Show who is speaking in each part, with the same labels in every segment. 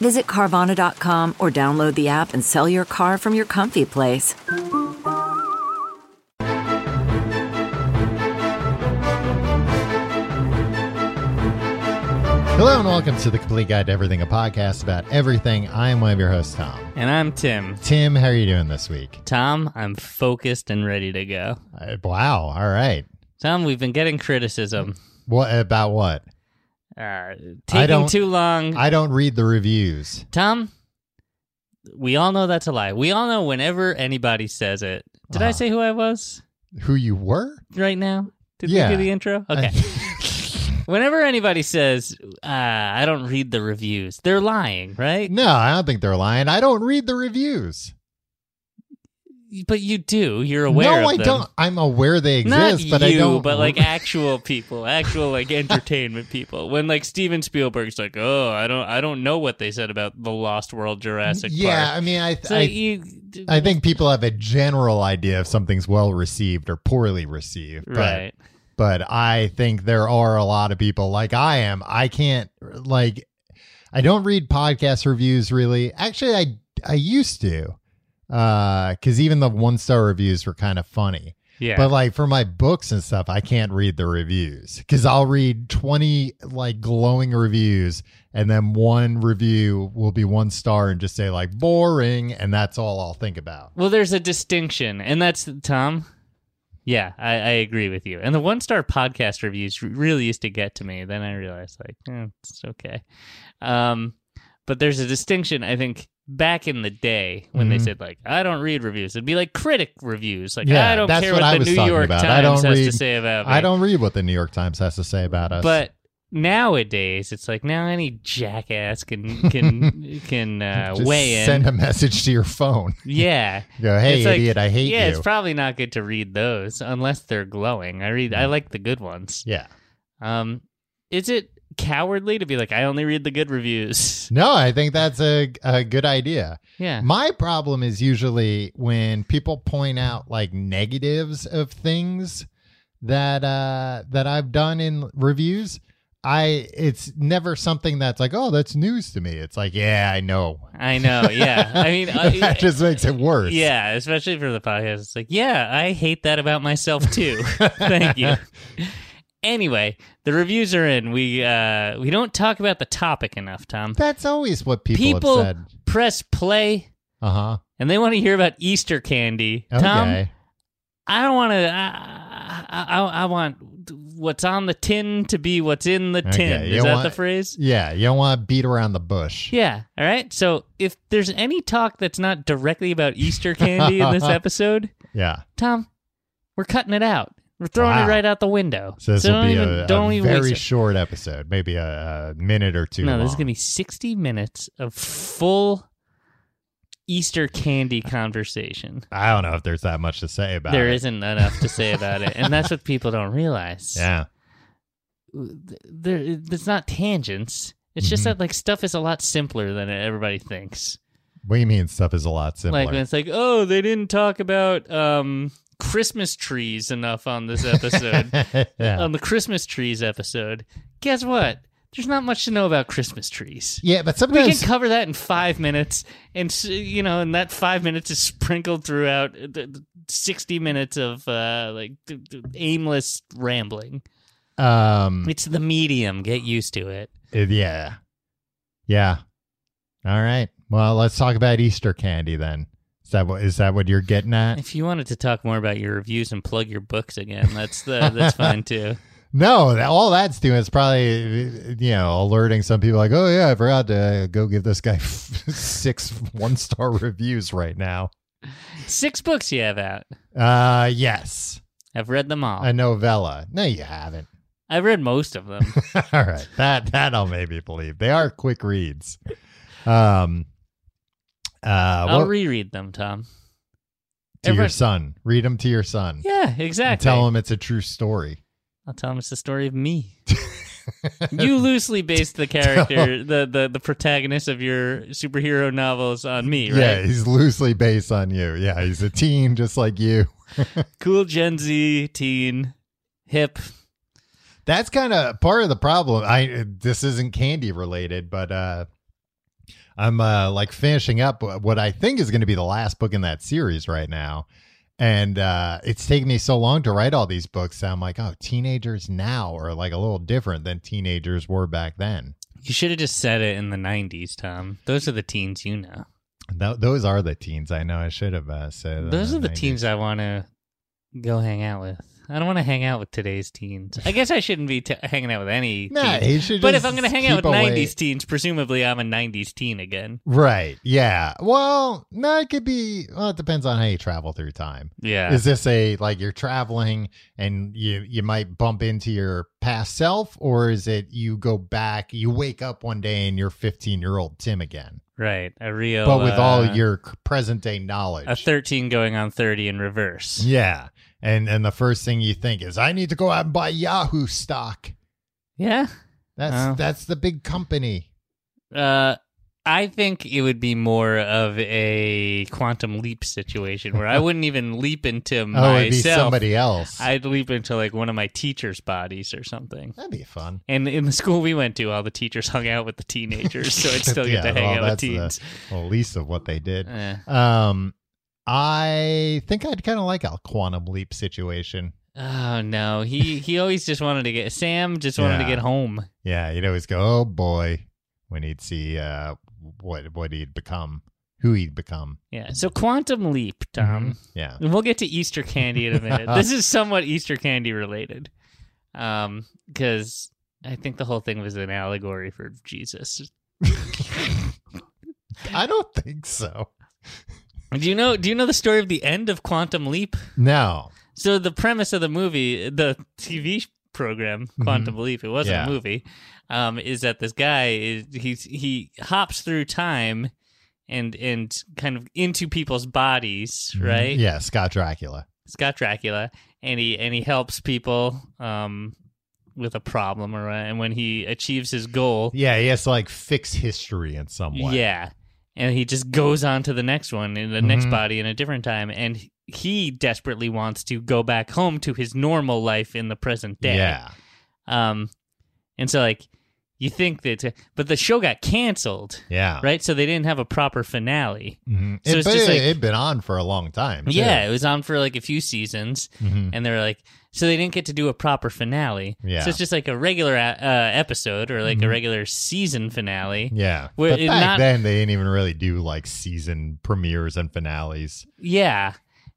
Speaker 1: Visit Carvana.com or download the app and sell your car from your comfy place.
Speaker 2: Hello and welcome to the Complete Guide to Everything, a podcast about everything. I am one of your hosts, Tom.
Speaker 3: And I'm Tim.
Speaker 2: Tim, how are you doing this week?
Speaker 3: Tom, I'm focused and ready to go.
Speaker 2: Uh, wow, all right.
Speaker 3: Tom, we've been getting criticism.
Speaker 2: What about what?
Speaker 3: Uh,
Speaker 2: I
Speaker 3: taking
Speaker 2: don't-
Speaker 3: too long.
Speaker 2: I don't read the reviews.
Speaker 3: Tom, we all know that's a lie. We all know whenever anybody says it. Did I
Speaker 2: Uh-huh.
Speaker 3: say who I was
Speaker 2: Who you were?
Speaker 3: right now? Did
Speaker 2: Yeah.
Speaker 3: we do the intro? Okay. whenever anybody says, uh, I don't read the reviews, they're lying, right?
Speaker 2: no, I don't think they're lying. I don't read the reviews.
Speaker 3: But you do. You're aware
Speaker 2: Mm. no,
Speaker 3: of
Speaker 2: I
Speaker 3: them.
Speaker 2: don't. I'm aware they exist,
Speaker 3: Not
Speaker 2: but
Speaker 3: you,
Speaker 2: I don't.
Speaker 3: But like actual people, actual like entertainment people. When like Steven Spielberg's like, oh, I don't, I don't know what they said about the Lost World Jurassic
Speaker 2: yeah,
Speaker 3: Park.
Speaker 2: I mean, I,
Speaker 3: So
Speaker 2: I,
Speaker 3: you,
Speaker 2: I think people have a general idea if something's well received or poorly received. but-
Speaker 3: right?
Speaker 2: but I think there are a lot of people like I am. I can't like I don't read podcast reviews really. Actually, I I used to because even the one star reviews were kind of funny.
Speaker 3: Yeah.
Speaker 2: But like for my books and stuff, I can't read the reviews because I'll read twenty like glowing reviews, and then one review will be one star and just say like boring, and that's all I'll think about.
Speaker 3: well, there's a distinction, and that's Tom. Yeah, I, I agree with you. And the one star podcast reviews really used to get to me. Then I realized like, eh, it's okay. Um, but there's a distinction. I think back in the day when they
Speaker 2: Mhm.
Speaker 3: said like, I don't read reviews, it'd be like critic reviews. Like,
Speaker 2: Yeah,
Speaker 3: I don't
Speaker 2: that's
Speaker 3: care
Speaker 2: what
Speaker 3: what,
Speaker 2: I
Speaker 3: the
Speaker 2: was
Speaker 3: New
Speaker 2: talking
Speaker 3: York
Speaker 2: about.
Speaker 3: Times
Speaker 2: I don't
Speaker 3: has
Speaker 2: read-
Speaker 3: to say about me.
Speaker 2: I don't read what the New York Times has to say about us.
Speaker 3: But nowadays, it's like now any jackass can can can uh,
Speaker 2: Just
Speaker 3: weigh in.
Speaker 2: send a message to your phone.
Speaker 3: yeah.
Speaker 2: Go, hey,
Speaker 3: It's like,
Speaker 2: idiot, I hate
Speaker 3: yeah,
Speaker 2: you.
Speaker 3: it's probably not good to read those unless they're glowing. I read, I like the good ones.
Speaker 2: yeah.
Speaker 3: Um, is it cowardly to be like, I only read the good reviews?
Speaker 2: No, I think that's a, a good idea.
Speaker 3: Yeah,
Speaker 2: My problem is usually when people point out like negatives of things that uh that I've done in reviews. I it's never something that's like, oh, that's news to me. It's like, yeah, I know.
Speaker 3: I know. Yeah, I mean, I,
Speaker 2: that just makes it worse.
Speaker 3: yeah, especially for the podcast, it's like, yeah, I hate that about myself too. Thank you. Anyway, the reviews are in. We uh, we don't talk about the topic enough, Tom.
Speaker 2: That's always what people,
Speaker 3: People
Speaker 2: have said.
Speaker 3: press play
Speaker 2: Uh huh.
Speaker 3: and they want to hear about Easter candy.
Speaker 2: Okay.
Speaker 3: Tom, I don't want to. I, I, I- I want what's on the tin to be what's in the
Speaker 2: Okay,
Speaker 3: tin.
Speaker 2: you
Speaker 3: Is that
Speaker 2: want-
Speaker 3: the phrase?
Speaker 2: yeah, you don't want to beat around the bush.
Speaker 3: Yeah. All right. So if there's any talk that's not directly about Easter candy in this episode,
Speaker 2: yeah.
Speaker 3: Tom, we're cutting it out. We're throwing
Speaker 2: Wow.
Speaker 3: it right out the window.
Speaker 2: So this will
Speaker 3: don't
Speaker 2: be
Speaker 3: even,
Speaker 2: a, a
Speaker 3: don't even
Speaker 2: very
Speaker 3: waste it.
Speaker 2: short episode, maybe a, a minute or two.
Speaker 3: No,
Speaker 2: long.
Speaker 3: this is gonna be 60 minutes of full Easter candy conversation.
Speaker 2: I don't know if there's that much to say about
Speaker 3: There
Speaker 2: it.
Speaker 3: isn't enough to say about it, and that's what people don't realize.
Speaker 2: Yeah.
Speaker 3: there it's not tangents. It's just that like stuff is a lot simpler than everybody thinks.
Speaker 2: What do you mean stuff is a lot simpler?
Speaker 3: Like when it's like, oh, they didn't talk about um Christmas trees enough on this episode. Um,
Speaker 2: yeah.
Speaker 3: On the Christmas trees episode. Guess what? There's not much to know about Christmas trees.
Speaker 2: yeah, but
Speaker 3: We can
Speaker 2: sometimes
Speaker 3: cover that in five minutes, and s- you know, and that five minutes is sprinkled throughout uh, the- the sixty minutes of uh, like d- d- aimless rambling.
Speaker 2: um
Speaker 3: It's the medium. Get used to it.
Speaker 2: it- yeah. Yeah. All right. Well, let's talk about Easter candy then. Is that what is that what you're getting at?
Speaker 3: If you wanted to talk more about your reviews and plug your books again, that's the, that's fine too.
Speaker 2: No, that, all that's doing is probably you know alerting some people like, oh yeah, I forgot to go give this guy six one star reviews right now.
Speaker 3: Six books you have out.
Speaker 2: Uh, yes.
Speaker 3: I've read them all.
Speaker 2: a novella. No, you haven't.
Speaker 3: I've read most of them.
Speaker 2: All right, that that I'll maybe believe. They are quick reads. Um, Uh,
Speaker 3: I'll
Speaker 2: what-
Speaker 3: reread them, Tom.
Speaker 2: to your
Speaker 3: everyone-
Speaker 2: son. Read them to your son.
Speaker 3: Yeah,
Speaker 2: And
Speaker 3: exactly.
Speaker 2: tell him it's a true story.
Speaker 3: I'll tell him it's the story of me. you loosely based the character, the, the the protagonist of your superhero novels on me, right?
Speaker 2: Yeah, he's loosely based on you. Yeah, he's a teen just like you.
Speaker 3: Cool Gen Z teen, hip.
Speaker 2: That's kind of part of the problem. I this isn't candy related, but uh I'm uh like finishing up what I think is going to be the last book in that series right now. And uh it's taken me so long to write all these books. that I'm like, oh, teenagers now are like a little different than teenagers were back then.
Speaker 3: You should have just said it in the '90s, Tom. Those are the teens you know.
Speaker 2: Th- those are the teens. I know I should have uh, said in
Speaker 3: Those are the
Speaker 2: 90s.
Speaker 3: teens I want to go hang out with. I don't want to hang out with today's teens. I guess I shouldn't be t- hanging out with any.
Speaker 2: Nah,
Speaker 3: teens.
Speaker 2: he should
Speaker 3: But if
Speaker 2: just
Speaker 3: I'm going to hang out with
Speaker 2: keep away-
Speaker 3: 90s teens, presumably I'm a 90s teen again.
Speaker 2: Right. Yeah. Well, no, it could be. Well, it depends on how you travel through time.
Speaker 3: Yeah.
Speaker 2: Is this a like you're traveling and you you might bump into your past self, or is it you go back, you wake up one day and you're 15 year old Tim again,
Speaker 3: right. A real.
Speaker 2: but with all
Speaker 3: uh,
Speaker 2: your c- present day knowledge?
Speaker 3: A 13 going on 30 in reverse.
Speaker 2: yeah. And and the first thing you think is, I need to go out and buy Yahoo stock.
Speaker 3: Yeah.
Speaker 2: That's
Speaker 3: Oh.
Speaker 2: that's the big company.
Speaker 3: Uh, I think it would be more of a quantum leap situation where I wouldn't even leap into
Speaker 2: Oh, it'd be
Speaker 3: myself.
Speaker 2: somebody else.
Speaker 3: I'd leap into like one of my teacher's bodies or something.
Speaker 2: That'd be fun.
Speaker 3: And in the school we went to, all the teachers hung out with the teenagers, so I'd still get
Speaker 2: Yeah,
Speaker 3: to hang
Speaker 2: well,
Speaker 3: out with
Speaker 2: that's the-
Speaker 3: teens.
Speaker 2: Well, least of what they did.
Speaker 3: Eh.
Speaker 2: Um, I think I'd kind of like a quantum leap situation.
Speaker 3: Oh no, he he always just wanted to get Sam just wanted to
Speaker 2: Yeah.
Speaker 3: get home.
Speaker 2: Yeah, you'd always go, oh boy, when he'd see uh what what he'd become, who he'd become.
Speaker 3: Yeah, so quantum leap, Tom.
Speaker 2: Yeah,
Speaker 3: And We'll get to Easter candy in a minute. this is somewhat Easter candy related, um, because I think the whole thing was an allegory for Jesus.
Speaker 2: I don't think so.
Speaker 3: Do you know? Do you know the story of the end of Quantum Leap?
Speaker 2: No,
Speaker 3: So the premise of the movie, the TV program Quantum Leap, it wasn't
Speaker 2: Mm-hmm. Yeah.
Speaker 3: a movie, um, is that this guy is he's he hops through time and and kind of into people's bodies, right?
Speaker 2: Mm-hmm. Yeah, Scott Dracula.
Speaker 3: Scott Dracula, and he and he helps people um with a problem or and when he achieves his goal,
Speaker 2: Yeah, he has to like fix history in some way.
Speaker 3: yeah. And he just goes on to the next one in the next
Speaker 2: Mhm.
Speaker 3: body in a different time. And he desperately wants to go back home to his normal life in the present day.
Speaker 2: yeah,
Speaker 3: Um, and so like you think that, but the show got canceled,
Speaker 2: yeah.
Speaker 3: right? So they didn't have a proper finale.
Speaker 2: Mhm.
Speaker 3: So
Speaker 2: it,
Speaker 3: it's
Speaker 2: but
Speaker 3: just
Speaker 2: it,
Speaker 3: like-
Speaker 2: it'd been on for a long time. too.
Speaker 3: Yeah, it was on for like a few seasons,
Speaker 2: Mhm.
Speaker 3: and they were like, so they didn't get to do a proper finale.
Speaker 2: Yeah. Mm-hmm.
Speaker 3: So it's just like a regular uh, episode or like a regular season finale.
Speaker 2: Yeah.
Speaker 3: Where
Speaker 2: but
Speaker 3: it
Speaker 2: back
Speaker 3: not-
Speaker 2: then they didn't even really do like season premieres and finales.
Speaker 3: Yeah.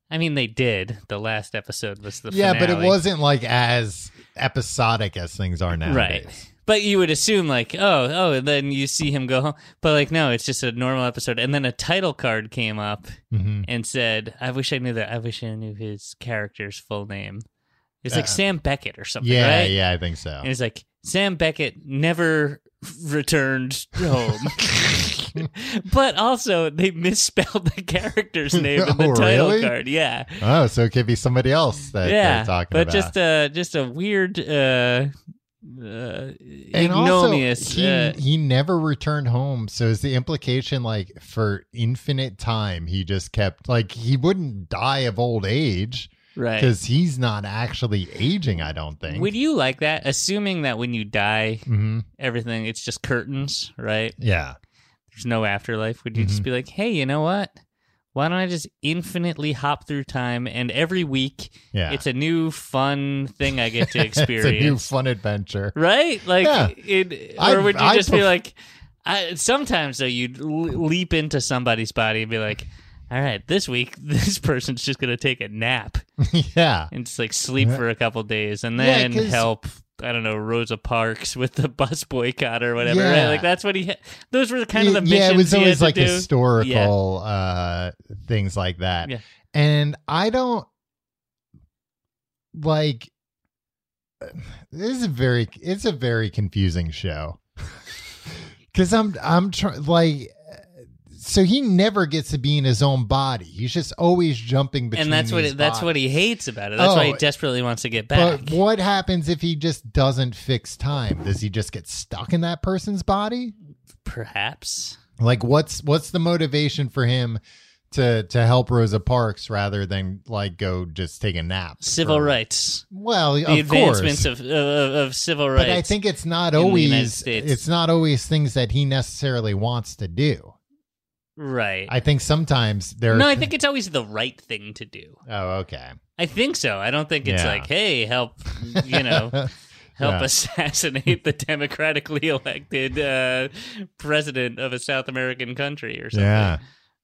Speaker 3: I mean, they did. The last episode was the
Speaker 2: yeah, but it
Speaker 3: finale.
Speaker 2: wasn't like as episodic as things are nowadays.
Speaker 3: Right. But you would assume like, oh, oh, and then you see him go home. But like, no, it's just a normal episode. And then a title card came up
Speaker 2: Mhm.
Speaker 3: and said, "I wish I knew that. I wish I knew his character's full name." It's like Sam Beckett or something,
Speaker 2: Yeah,
Speaker 3: right?
Speaker 2: yeah, I think so.
Speaker 3: And it's like Sam Beckett never returned home. but also, they misspelled the character's name in the
Speaker 2: Oh,
Speaker 3: title
Speaker 2: really?
Speaker 3: card. Yeah,
Speaker 2: oh, so it could be somebody else that
Speaker 3: yeah.
Speaker 2: they're talking
Speaker 3: but
Speaker 2: about.
Speaker 3: just a just a weird, uh, uh,
Speaker 2: and also,
Speaker 3: ignominious.
Speaker 2: he,
Speaker 3: uh,
Speaker 2: he never returned home. So is the implication like for infinite time he just kept like he wouldn't die of old age
Speaker 3: right.
Speaker 2: because he's not actually aging. I don't think.
Speaker 3: Would you like that? Assuming that when you die,
Speaker 2: Mhm.
Speaker 3: everything it's just curtains, right?
Speaker 2: Yeah.
Speaker 3: there's no afterlife, would you
Speaker 2: Mm-hmm.
Speaker 3: just be like, hey, you know what? Why don't I just infinitely hop through time and every week
Speaker 2: Yeah.
Speaker 3: it's a new fun thing I get to
Speaker 2: It's a new
Speaker 3: experience?
Speaker 2: fun adventure.
Speaker 3: right? Like,
Speaker 2: Yeah.
Speaker 3: it, or
Speaker 2: I'd-
Speaker 3: would you
Speaker 2: I'd
Speaker 3: just be
Speaker 2: pref-
Speaker 3: like, I, sometimes though, you'd l- leap into somebody's body and be like, all right, this week, this person's just going to take a nap
Speaker 2: yeah.
Speaker 3: and just like sleep for a couple days and
Speaker 2: Yeah,
Speaker 3: then
Speaker 2: 'cause-
Speaker 3: help. I don't know Rosa Parks with the bus boycott or whatever.
Speaker 2: Yeah.
Speaker 3: Right? Like that's what he. ha- Those were kind of the missions
Speaker 2: yeah, it was
Speaker 3: he had
Speaker 2: always
Speaker 3: to
Speaker 2: like
Speaker 3: do.
Speaker 2: historical uh, things like that.
Speaker 3: Yeah.
Speaker 2: And I don't like this is a very it's a very confusing show. Cuz I'm I'm trying like so he never gets to be in his own body. He's just always jumping between.
Speaker 3: and that's what
Speaker 2: these
Speaker 3: that's what
Speaker 2: bodies.
Speaker 3: he hates about it. That's why he
Speaker 2: Oh,
Speaker 3: desperately wants to get back.
Speaker 2: But what happens if he just doesn't fix time? Does he just get stuck in that person's body?
Speaker 3: Perhaps.
Speaker 2: Like what's what's the motivation for him to to help Rosa Parks rather than like go just take a nap?
Speaker 3: Civil
Speaker 2: for-
Speaker 3: rights.
Speaker 2: Well,
Speaker 3: The
Speaker 2: of course.
Speaker 3: advancements of, of of civil rights.
Speaker 2: but I think it's not
Speaker 3: in the United
Speaker 2: always
Speaker 3: States.
Speaker 2: it's not always things that he necessarily wants to do.
Speaker 3: right.
Speaker 2: I think sometimes there.
Speaker 3: no, I think it's always the right thing to do.
Speaker 2: Oh, okay.
Speaker 3: I think so. I don't think it's
Speaker 2: Yeah.
Speaker 3: like, hey, help, you know, help
Speaker 2: Yeah.
Speaker 3: assassinate the democratically elected uh, president of a South American country or something.
Speaker 2: Yeah,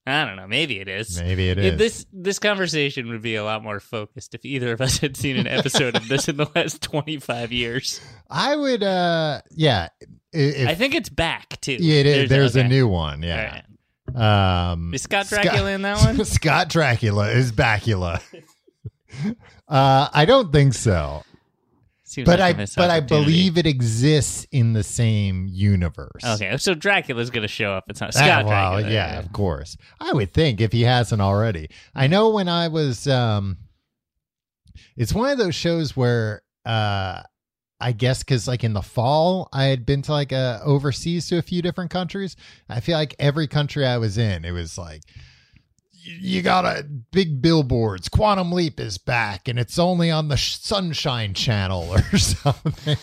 Speaker 3: I don't know. Maybe it is.
Speaker 2: maybe it
Speaker 3: Yeah,
Speaker 2: is.
Speaker 3: This this conversation would be a lot more focused if either of us had seen an episode of this in the last twenty five years.
Speaker 2: I would. uh Yeah, i- if,
Speaker 3: I think it's back too.
Speaker 2: yeah, it is. There's, a
Speaker 3: okay.
Speaker 2: new one.
Speaker 3: All
Speaker 2: Yeah.
Speaker 3: right.
Speaker 2: Um,
Speaker 3: Is Scott Dracula in that one?
Speaker 2: Scott Dracula is Bacula. uh, I don't think so,
Speaker 3: Seems
Speaker 2: but
Speaker 3: like
Speaker 2: I
Speaker 3: a missed
Speaker 2: but I
Speaker 3: opportunity.
Speaker 2: believe it exists in the same universe.
Speaker 3: Okay, so Dracula's gonna show up. It's not
Speaker 2: Ah,
Speaker 3: Scott
Speaker 2: well,
Speaker 3: Dracula.
Speaker 2: yeah, of course. I would think if he hasn't already. I know when I was um it's one of those shows where uh I guess cuz like in the fall I had been to like uh overseas to a few different countries. I feel like every country I was in it was like y- you got to big billboards. Quantum Leap is back, and it's only on the Sh- Sunshine Channel or something.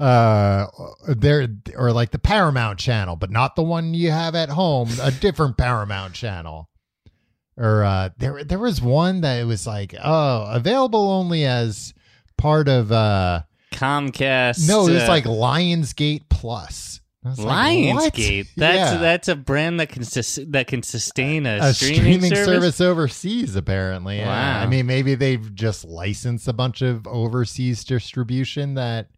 Speaker 2: Uh, there or like the Paramount Channel, but not the one you have at home. A different Paramount Channel. Or uh, there, there was one that it was like, oh, available only as part of. Uh,
Speaker 3: Comcast.
Speaker 2: no, it was
Speaker 3: uh,
Speaker 2: like Lionsgate Plus. I was like, what?
Speaker 3: Lionsgate. That's
Speaker 2: Yeah.
Speaker 3: that's a brand that can sus- that can sustain a,
Speaker 2: a streaming, service? overseas, apparently. Yeah.
Speaker 3: Wow.
Speaker 2: I mean, maybe they've just licensed a bunch of overseas distribution that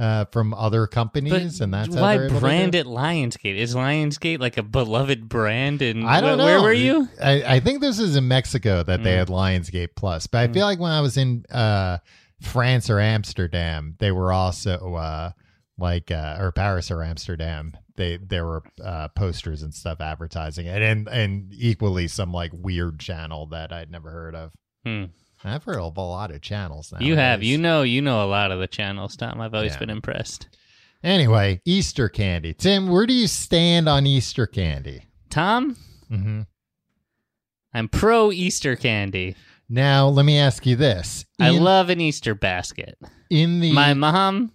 Speaker 2: uh, from other companies, and that's how
Speaker 3: why
Speaker 2: they're able to
Speaker 3: brand
Speaker 2: do
Speaker 3: it Lionsgate? Is Lionsgate like a beloved brand? And
Speaker 2: I don't know.
Speaker 3: Where were you?
Speaker 2: I, I think this is in Mexico that they
Speaker 3: Mm.
Speaker 2: had Lionsgate Plus, but I feel like when I was in uh, France or Amsterdam, they were also uh, like uh, or Paris or Amsterdam. They there were uh, posters and stuff advertising it, and and equally some like weird channel that I'd never heard of.
Speaker 3: Hmm.
Speaker 2: I've heard of a lot of channels now.
Speaker 3: You have. You know. You know a lot of the channels, Tom. I've always
Speaker 2: Yeah.
Speaker 3: been impressed.
Speaker 2: Anyway, Easter candy. Tim, where do you stand on Easter candy?
Speaker 3: Tom,
Speaker 2: Mm-hmm.
Speaker 3: I'm pro Easter candy.
Speaker 2: Now, let me ask you this.
Speaker 3: I
Speaker 2: In-
Speaker 3: love an Easter basket.
Speaker 2: in the
Speaker 3: My mom.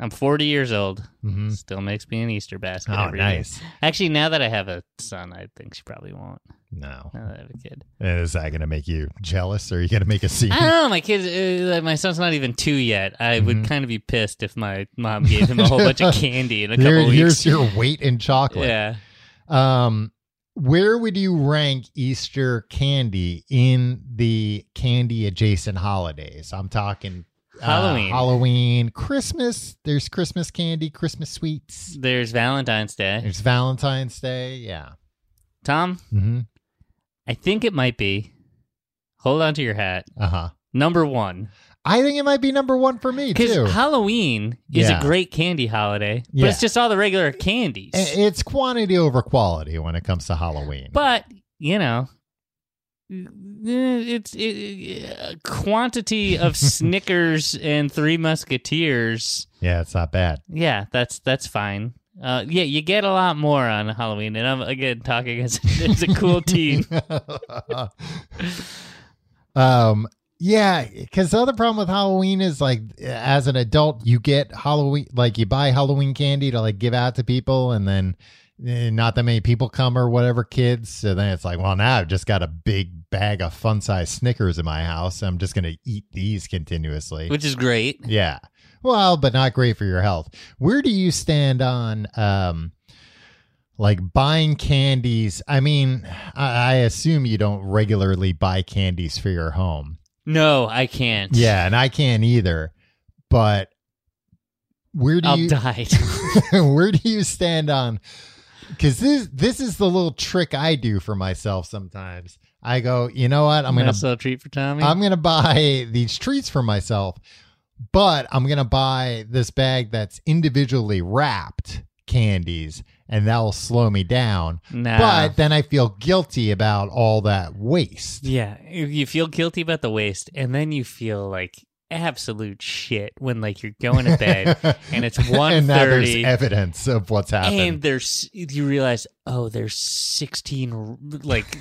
Speaker 3: I'm 40 years old.
Speaker 2: Mhm.
Speaker 3: Still makes me an Easter basket.
Speaker 2: Oh,
Speaker 3: every year.
Speaker 2: nice.
Speaker 3: Actually, now that I have a son, I think she probably won't.
Speaker 2: No.
Speaker 3: Now that I have a kid.
Speaker 2: Is that going to make you jealous or are you going to make a scene?
Speaker 3: I don't know. My kids, uh, like, my son's not even two yet. I
Speaker 2: Mm-hmm.
Speaker 3: would kind of be pissed if my mom gave him a whole bunch of candy in a couple
Speaker 2: Here-
Speaker 3: weeks.
Speaker 2: here's your weight in chocolate.
Speaker 3: yeah,
Speaker 2: Um, where would you rank Easter candy in the candy adjacent holidays? I'm talking uh,
Speaker 3: Halloween.
Speaker 2: Halloween, Christmas. There's Christmas candy, Christmas sweets.
Speaker 3: there's Valentine's Day.
Speaker 2: There's Valentine's Day. Yeah.
Speaker 3: Tom,
Speaker 2: Mm-hmm.
Speaker 3: I think it might be. Hold on to your hat.
Speaker 2: Uh huh.
Speaker 3: Number one,
Speaker 2: I think it might be number one for me
Speaker 3: because
Speaker 2: too.
Speaker 3: Halloween is
Speaker 2: Yeah.
Speaker 3: a great candy holiday, but
Speaker 2: Yeah.
Speaker 3: it's just all the regular candies.
Speaker 2: I- it's quantity over quality when it comes to Halloween.
Speaker 3: but you know, eh, it's it, eh, quantity of Snickers and Three Musketeers.
Speaker 2: yeah, it's not bad.
Speaker 3: Yeah, that's that's fine. Uh, yeah, you get a lot more on Halloween, and I'm again talking as, as a cool teen.
Speaker 2: um yeah because the other problem with halloween is like as an adult you get halloween like you buy halloween candy to like give out to people and then eh, not that many people come or whatever kids so then it's like well now i've just got a big bag of fun size snickers in my house i'm just gonna eat these continuously
Speaker 3: which is great.
Speaker 2: yeah. Well, but not great for your health. Where do you stand on um like buying candies? I mean, I, I assume you don't regularly buy candies for your home.
Speaker 3: No, I can't.
Speaker 2: Yeah, and I can't either. But where do
Speaker 3: I'll
Speaker 2: you
Speaker 3: die.
Speaker 2: where do you stand on because this this is the little trick I do for myself sometimes. I go, you know what? I'm gonna
Speaker 3: nice little treat for Tommy.
Speaker 2: I'm gonna buy these treats for myself, but I'm gonna buy this bag that's individually wrapped candies, and that'll slow me down.
Speaker 3: Nah.
Speaker 2: But then I feel guilty about all that waste.
Speaker 3: Yeah, you you feel guilty about the waste, and then you feel like absolute shit when like you're going to bed and it's
Speaker 2: and
Speaker 3: one
Speaker 2: now there's
Speaker 3: thirty,
Speaker 2: evidence of what's happened.
Speaker 3: and there's you realize oh there's sixteen like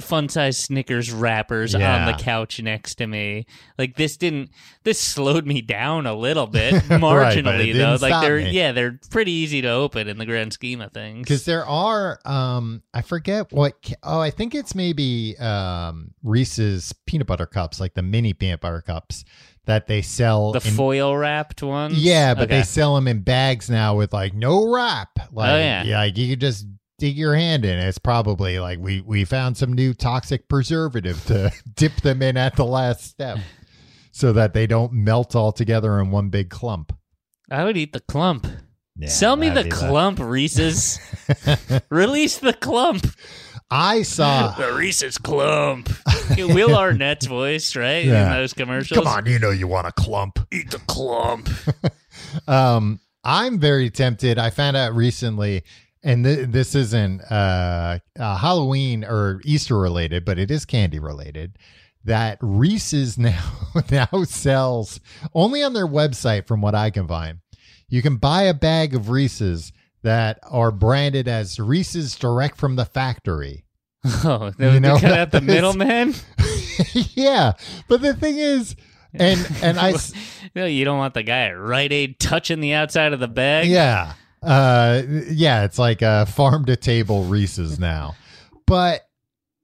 Speaker 3: fun size Snickers wrappers
Speaker 2: Yeah.
Speaker 3: on the couch next to me. Like this didn't this slowed me down a little bit marginally
Speaker 2: but it
Speaker 3: though.
Speaker 2: didn't
Speaker 3: Like
Speaker 2: stop
Speaker 3: they're
Speaker 2: me.
Speaker 3: yeah they're pretty easy to open in the grand scheme of things.
Speaker 2: because there are um i forget what ca- oh i think it's maybe um reese's peanut butter cups like the mini peanut butter cups that they sell
Speaker 3: the
Speaker 2: in-
Speaker 3: foil wrapped ones,
Speaker 2: yeah but they
Speaker 3: Okay. Oh,
Speaker 2: sell them in bags now with like no wrap like
Speaker 3: yeah.
Speaker 2: like you could just dig your hand in it's probably like we we found some new toxic preservative to dip them in at the last step so that they don't melt all together in one big clump
Speaker 3: I would eat the clump.
Speaker 2: Yeah,
Speaker 3: Sell me the
Speaker 2: that'd be
Speaker 3: clump, Reese's. Release the clump.
Speaker 2: i saw
Speaker 3: The Reese's clump. Will Arnett's voice, right?
Speaker 2: Yeah.
Speaker 3: In those commercials.
Speaker 2: come on you know you want a clump
Speaker 3: eat the clump.
Speaker 2: Um, I'm very tempted. I found out recently, and th- this isn't uh, uh, Halloween or Easter related, but it is candy related. That Reese's now now sells only on their website, from what I can find. You can buy a bag of Reese's that are branded as Reese's direct from the factory.
Speaker 3: Oh, they,
Speaker 2: You
Speaker 3: they
Speaker 2: know,
Speaker 3: cut out the
Speaker 2: that is-
Speaker 3: middleman?
Speaker 2: yeah, but the thing is, and and I. s-
Speaker 3: No, you don't want the guy at Rite Aid touching the outside of the bag.
Speaker 2: Yeah. Uh yeah, it's like a farm to table Reese's now. But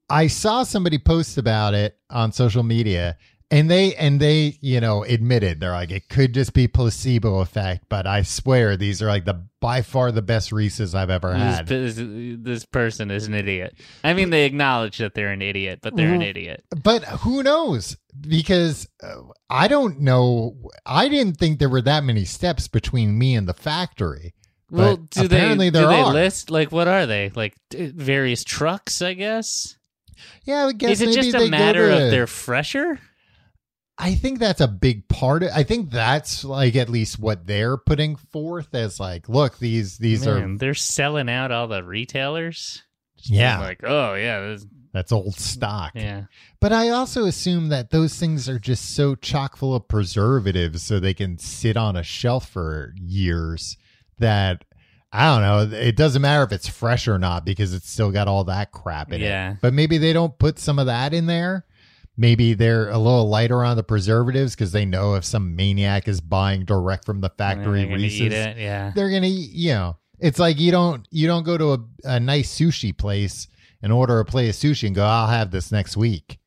Speaker 2: I saw somebody post about it on social media and they and they, you know, admitted they're like it could just be placebo effect, but I swear these are like the by far the best Reese's I've ever
Speaker 3: This,
Speaker 2: had.
Speaker 3: this, this person is an idiot. I mean, they acknowledge that they're an idiot, but they're an
Speaker 2: Mm-hmm.
Speaker 3: idiot.
Speaker 2: But who knows? Because uh, I don't know. I didn't think there were that many steps between me and the factory.
Speaker 3: Well,
Speaker 2: But
Speaker 3: do they,
Speaker 2: apparently
Speaker 3: do
Speaker 2: there
Speaker 3: they
Speaker 2: are.
Speaker 3: list, like, what are they? Like, t- various trucks, I guess?
Speaker 2: Yeah, I guess
Speaker 3: is it
Speaker 2: maybe
Speaker 3: just
Speaker 2: they
Speaker 3: a
Speaker 2: go
Speaker 3: matter
Speaker 2: to
Speaker 3: of
Speaker 2: a-
Speaker 3: they're fresher?
Speaker 2: I think that's a big part of I think that's like at least what they're putting forth as like, look, these these
Speaker 3: Man,
Speaker 2: are
Speaker 3: they're selling out all the retailers. Just
Speaker 2: Yeah.
Speaker 3: being like oh yeah, this,
Speaker 2: that's old stock.
Speaker 3: yeah.
Speaker 2: But I also assume that those things are just so chock full of preservatives so they can sit on a shelf for years that I don't know. It doesn't matter if it's fresh or not because it's still got all that crap in
Speaker 3: Yeah.
Speaker 2: it. But maybe they don't put some of that in there. Maybe they're a little lighter on the preservatives because they know if some maniac is buying direct from the factory
Speaker 3: They're gonna
Speaker 2: Reese's,
Speaker 3: eat it. Yeah,
Speaker 2: they're gonna eat, you know it's like you don't you don't go to a, a nice sushi place and order a plate of sushi and go i'll have this next week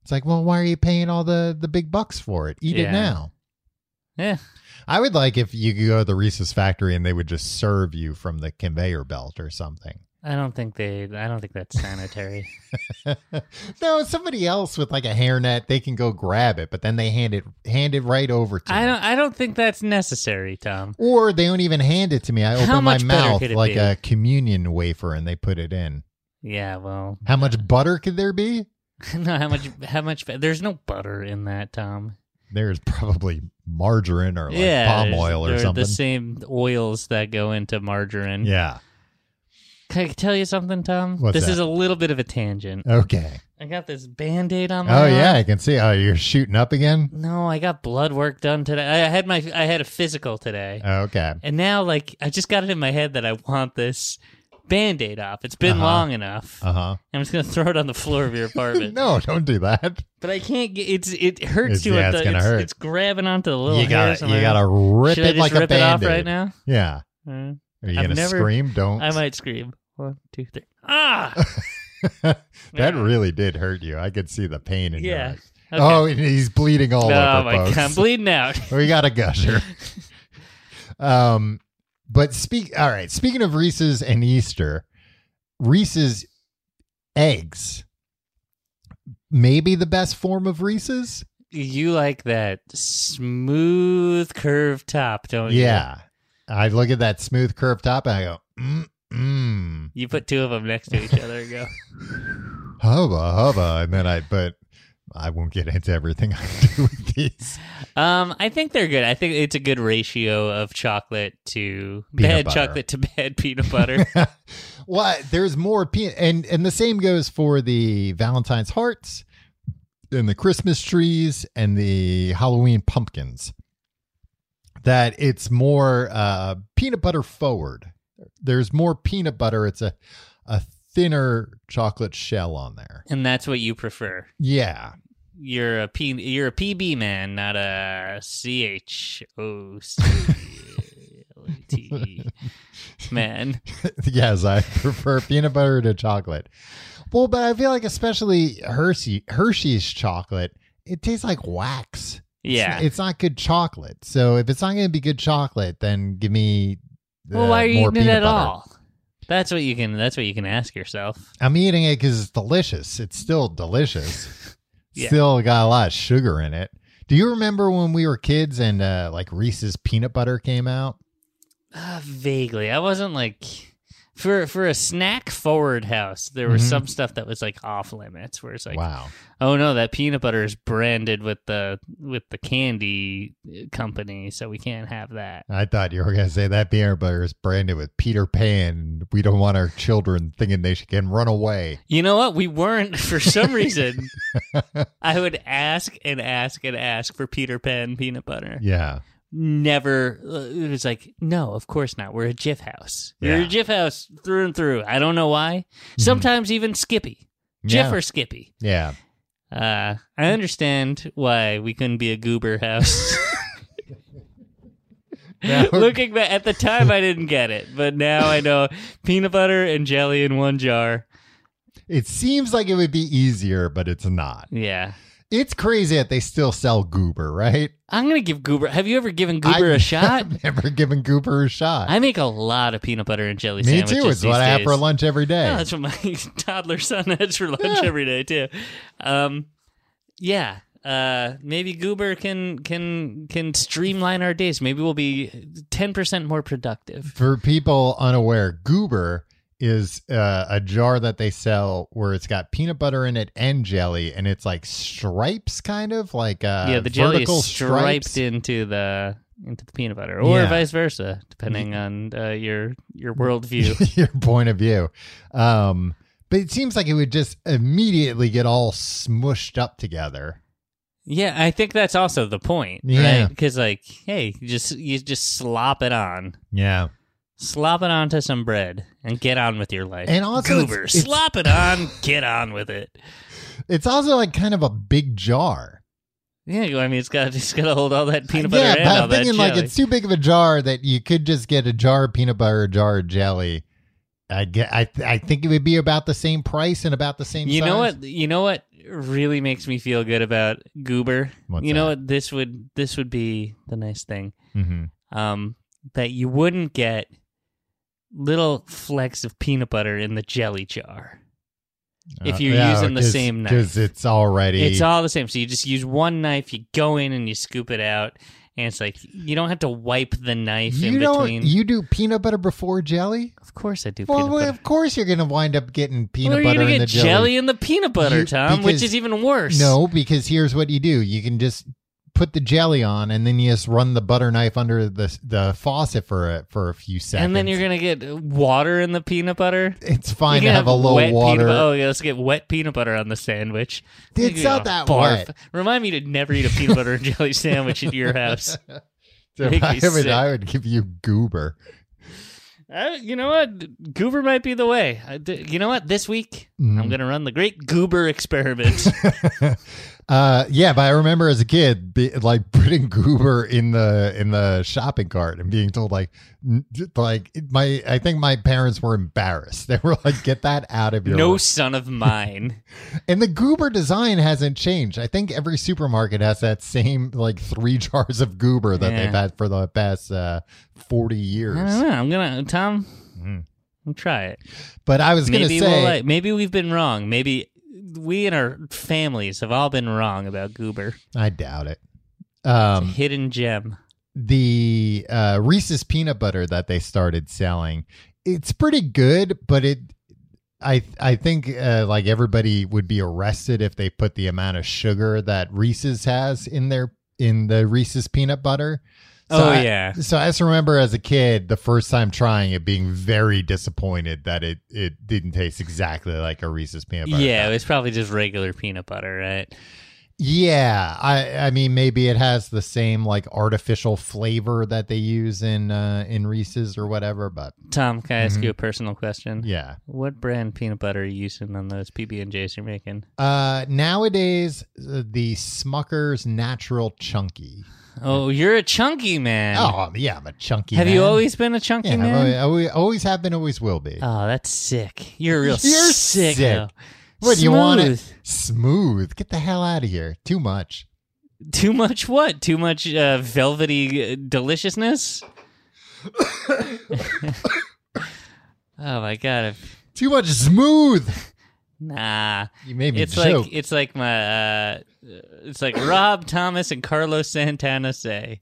Speaker 2: it's like well why are you paying all the the big bucks for it eat
Speaker 3: Yeah.
Speaker 2: it now
Speaker 3: yeah.
Speaker 2: i would like if you could go to the reese's factory and they would just serve you from the conveyor belt or something
Speaker 3: I don't think they. I don't think that's sanitary.
Speaker 2: no somebody else with like a hairnet they can go grab it but then they hand it hand it right over to
Speaker 3: I
Speaker 2: me.
Speaker 3: don't. I don't think that's necessary, Tom.
Speaker 2: or they don't even hand it to me i
Speaker 3: How
Speaker 2: open my
Speaker 3: much better
Speaker 2: mouth
Speaker 3: could it
Speaker 2: like
Speaker 3: be?
Speaker 2: a communion wafer and they put it in
Speaker 3: Yeah, well,
Speaker 2: how much butter could there be
Speaker 3: no. How much? How much? There's no butter in that, Tom.
Speaker 2: there's probably margarine or like
Speaker 3: yeah,
Speaker 2: palm
Speaker 3: there's-
Speaker 2: oil or
Speaker 3: they're
Speaker 2: something.
Speaker 3: The same oils that go into margarine.
Speaker 2: Yeah.
Speaker 3: Can I tell you something, Tom?
Speaker 2: What's
Speaker 3: this
Speaker 2: that?
Speaker 3: is a little bit of a tangent.
Speaker 2: Okay.
Speaker 3: I got this band-aid on my
Speaker 2: Oh
Speaker 3: arm.
Speaker 2: yeah, I can see. Oh, you're shooting up again.
Speaker 3: No, I got blood work done today. I I had my I had a physical today.
Speaker 2: Okay.
Speaker 3: and now like I just got it in my head that I want this band-aid off. It's been
Speaker 2: Uh-huh.
Speaker 3: long enough.
Speaker 2: Uh huh.
Speaker 3: I'm just gonna throw it on the floor of your apartment.
Speaker 2: No, don't do that.
Speaker 3: But I can't get it's it hurts
Speaker 2: It's-
Speaker 3: too
Speaker 2: yeah,
Speaker 3: much.
Speaker 2: it's gonna
Speaker 3: it's,
Speaker 2: hurt.
Speaker 3: it's grabbing onto the little
Speaker 2: You
Speaker 3: hairs
Speaker 2: gotta,
Speaker 3: on
Speaker 2: you
Speaker 3: my-
Speaker 2: gotta rip
Speaker 3: Should I
Speaker 2: it
Speaker 3: just
Speaker 2: like
Speaker 3: rip
Speaker 2: a band
Speaker 3: it off right now?
Speaker 2: Yeah.
Speaker 3: Uh,
Speaker 2: Are you
Speaker 3: I've
Speaker 2: gonna
Speaker 3: never-
Speaker 2: scream? Don't.
Speaker 3: I might scream. One, two, three. Ah
Speaker 2: that really did hurt you. I could see the pain in your
Speaker 3: Yeah.
Speaker 2: eyes.
Speaker 3: Okay.
Speaker 2: Oh, and he's bleeding all
Speaker 3: oh
Speaker 2: over.
Speaker 3: my god,
Speaker 2: folks.
Speaker 3: I'm bleeding out.
Speaker 2: we got a gusher. um, but speak. All right. Speaking of Reese's and Easter, Reese's eggs, maybe the best form of Reese's.
Speaker 3: You like that smooth curved top, don't you?
Speaker 2: yeah, I look at that smooth curved top and I go, mm, mm,
Speaker 3: You put two of them next to each other and go.
Speaker 2: hubba hubba, and then I but I won't get into everything I do with these.
Speaker 3: Um, I think they're good. I think it's a good ratio of chocolate to
Speaker 2: Peanut
Speaker 3: bad
Speaker 2: butter.
Speaker 3: chocolate to bad peanut butter.
Speaker 2: What? There's more peanut, and and the same goes for the Valentine's hearts, and the Christmas trees, and the Halloween pumpkins. That it's more uh, peanut butter forward. There's more peanut butter. It's a a thinner chocolate shell on there.
Speaker 3: and that's what you prefer.
Speaker 2: Yeah,
Speaker 3: You're a P you're a PB man, not a C H O C L A T man.
Speaker 2: yes, I prefer peanut butter to chocolate. Well, but I feel like especially Hershey Hershey's chocolate, it tastes like wax. It's
Speaker 3: Yeah.
Speaker 2: not, it's not good chocolate. So if it's not going to be good chocolate, then give me. uh,
Speaker 3: well, why are you
Speaker 2: more
Speaker 3: eating it
Speaker 2: peanut
Speaker 3: at
Speaker 2: butter.
Speaker 3: all? That's what you can. That's what you can ask yourself.
Speaker 2: I'm eating it because it's delicious. It's still delicious.
Speaker 3: Yeah.
Speaker 2: Still got a lot of sugar in it. Do you remember when we were kids and uh, like Reese's peanut butter came out?
Speaker 3: Uh, vaguely, I wasn't like for for a snack forward house. There was
Speaker 2: Mhm.
Speaker 3: some stuff that was like off limits, where it's like,
Speaker 2: wow.
Speaker 3: oh no, that peanut butter is branded with the with the candy uh, company, so we can't have that.
Speaker 2: I thought you were going to say that peanut butter is branded with Peter Pan. We don't want our children thinking they should- can run away.
Speaker 3: You know what? We weren't for some reason. I would ask and ask and ask for Peter Pan peanut butter.
Speaker 2: Yeah.
Speaker 3: Never. uh, It was like, no, of course not. We're a Jif house. We're
Speaker 2: Yeah. Mm-hmm.
Speaker 3: a Jif house through and through. I don't know why. Sometimes even Skippy, Jif
Speaker 2: Yeah.
Speaker 3: or Skippy.
Speaker 2: Yeah.
Speaker 3: Uh, I understand why we couldn't be a goober house.
Speaker 2: That would-
Speaker 3: Looking back at the time, I didn't get it, but now I know peanut butter and jelly in one jar.
Speaker 2: It seems like it would be easier, but it's not.
Speaker 3: Yeah,
Speaker 2: It's crazy that they still sell Goober, right?
Speaker 3: I'm gonna give goober. Have you ever given goober
Speaker 2: I've
Speaker 3: a shot?
Speaker 2: never given Goober a shot.
Speaker 3: I make a lot of peanut butter and jelly
Speaker 2: Me
Speaker 3: sandwiches.
Speaker 2: too. It's
Speaker 3: these
Speaker 2: what I have
Speaker 3: days.
Speaker 2: for lunch every day.
Speaker 3: No, that's what my toddler son has for lunch every day too. Um, yeah. Uh, maybe Goober can can can streamline our days. Maybe we'll be ten percent more productive.
Speaker 2: for people unaware, Goober is uh, a jar that they sell where it's got peanut butter in it and jelly, and it's like stripes, kind of like uh,
Speaker 3: yeah, the jelly
Speaker 2: vertical
Speaker 3: is striped
Speaker 2: stripes.
Speaker 3: into the into the peanut butter, or
Speaker 2: Yeah. Mm-hmm.
Speaker 3: vice versa, depending on uh, your your worldview.
Speaker 2: your point of view. Um, but it seems like it would just immediately get all smushed up together.
Speaker 3: yeah, I think that's also the point,
Speaker 2: Yeah.
Speaker 3: right? Because like, hey, you just you just slop it on,
Speaker 2: Yeah.
Speaker 3: slop it onto some bread, and get on with your life.
Speaker 2: And also it's-
Speaker 3: Goober,
Speaker 2: it's-
Speaker 3: slop it on, get on with it.
Speaker 2: It's also like kind of a big jar.
Speaker 3: Yeah, I mean, it's got it's got to hold all that peanut butter
Speaker 2: Uh, yeah,
Speaker 3: and all
Speaker 2: I'm
Speaker 3: that
Speaker 2: thinking
Speaker 3: jelly.
Speaker 2: like it's too big of a jar that you could just get a jar of peanut butter, a jar of jelly. I get. I th- I think it would be about the same price and about the same.
Speaker 3: You know
Speaker 2: size.
Speaker 3: what? You know what really makes me feel good about Goober.
Speaker 2: What's
Speaker 3: you know
Speaker 2: that?
Speaker 3: what? This would this would be the nice thing
Speaker 2: Mm-hmm.
Speaker 3: um, that you wouldn't get little flecks of peanut butter in the jelly jar.
Speaker 2: Uh,
Speaker 3: If you're using the same knife.
Speaker 2: because it's already
Speaker 3: It's all the same. So you just use one knife. You go in and you scoop it out, and it's like you don't have to wipe the knife
Speaker 2: you
Speaker 3: in
Speaker 2: don't
Speaker 3: between.
Speaker 2: you do peanut butter before jelly.
Speaker 3: of course, I do
Speaker 2: Well,
Speaker 3: peanut butter.
Speaker 2: of course you're gonna wind up getting
Speaker 3: Well,
Speaker 2: peanut
Speaker 3: you're
Speaker 2: butter
Speaker 3: gonna
Speaker 2: in the
Speaker 3: get
Speaker 2: jelly.
Speaker 3: in the peanut butter,
Speaker 2: You-
Speaker 3: Tom, which
Speaker 2: because-
Speaker 3: is even worse.
Speaker 2: No, because here's what you do: you can just put the jelly on, and then you just run the butter knife under the the faucet for a, for a few seconds,
Speaker 3: and then you're gonna get water in the peanut butter.
Speaker 2: It's
Speaker 3: You
Speaker 2: fine
Speaker 3: can
Speaker 2: to have, a
Speaker 3: wet
Speaker 2: little
Speaker 3: Peanut,
Speaker 2: water.
Speaker 3: bu- oh yeah, let's get wet peanut butter on the sandwich.
Speaker 2: It's
Speaker 3: You
Speaker 2: not
Speaker 3: know,
Speaker 2: that
Speaker 3: barf.
Speaker 2: wet.
Speaker 3: Remind me to never eat a peanut butter and jelly sandwich at your house.
Speaker 2: So
Speaker 3: make me
Speaker 2: I, would,
Speaker 3: sick.
Speaker 2: I would give you goober.
Speaker 3: Uh, you know what? Goober might be the way. I d- you know what? This week
Speaker 2: Mm-hmm.
Speaker 3: I'm gonna run the great goober experiment.
Speaker 2: Uh, yeah, but I remember as a kid, be, like putting goober in the in the shopping cart and being told like, n- like my I think my parents were embarrassed. They were like, "Get that out of your."
Speaker 3: no son of mine.
Speaker 2: and the goober design hasn't changed. I think every supermarket has that same like three jars of goober that
Speaker 3: Yeah. Uh-huh.
Speaker 2: they've had for the past uh, forty
Speaker 3: I
Speaker 2: years.
Speaker 3: don't know. I'm gonna Tom. I'll try it.
Speaker 2: But Mm-hmm. I was gonna
Speaker 3: maybe
Speaker 2: say,
Speaker 3: we'll like, maybe we've been wrong. Maybe we and our families have all been wrong about Goober.
Speaker 2: I doubt it. Um,
Speaker 3: Hidden gem.
Speaker 2: the uh, Reese's peanut butter that they started selling. It's pretty good, but it I I think uh, like everybody would be arrested if they put the amount of sugar that Reese's has in their in the Reese's peanut butter.
Speaker 3: Oh,
Speaker 2: I-
Speaker 3: yeah.
Speaker 2: So I just remember as a kid the first time trying it being very disappointed that it it didn't taste exactly like a Reese's peanut butter.
Speaker 3: yeah,
Speaker 2: cup.
Speaker 3: it's probably just regular peanut butter, right?
Speaker 2: yeah. I I mean maybe it has the same like artificial flavor that they use in uh, in Reese's or whatever, but
Speaker 3: Tom, can I ask you a personal question?
Speaker 2: Mm-hmm. yeah.
Speaker 3: What brand peanut butter are you using on those PB and J's you're making?
Speaker 2: Uh, nowadays uh, the Smucker's Natural Chunky.
Speaker 3: Oh, you're a chunky man.
Speaker 2: Oh yeah, I'm a chunky.
Speaker 3: have you
Speaker 2: man.
Speaker 3: always been a chunky
Speaker 2: Yeah, I've
Speaker 3: man?
Speaker 2: always, always, always have been, always will be.
Speaker 3: Oh, that's sick. You're a real
Speaker 2: You're sick.
Speaker 3: sick. though.
Speaker 2: what do you want it
Speaker 3: Smooth.
Speaker 2: smooth? Get the hell out of here. Too much.
Speaker 3: Too much what? Too much uh, velvety uh, deliciousness? oh my god. I've-
Speaker 2: Too much smooth.
Speaker 3: Nah.
Speaker 2: You made me
Speaker 3: It's
Speaker 2: joke.
Speaker 3: like it's like my uh, it's like Rob Thomas and Carlos Santana say.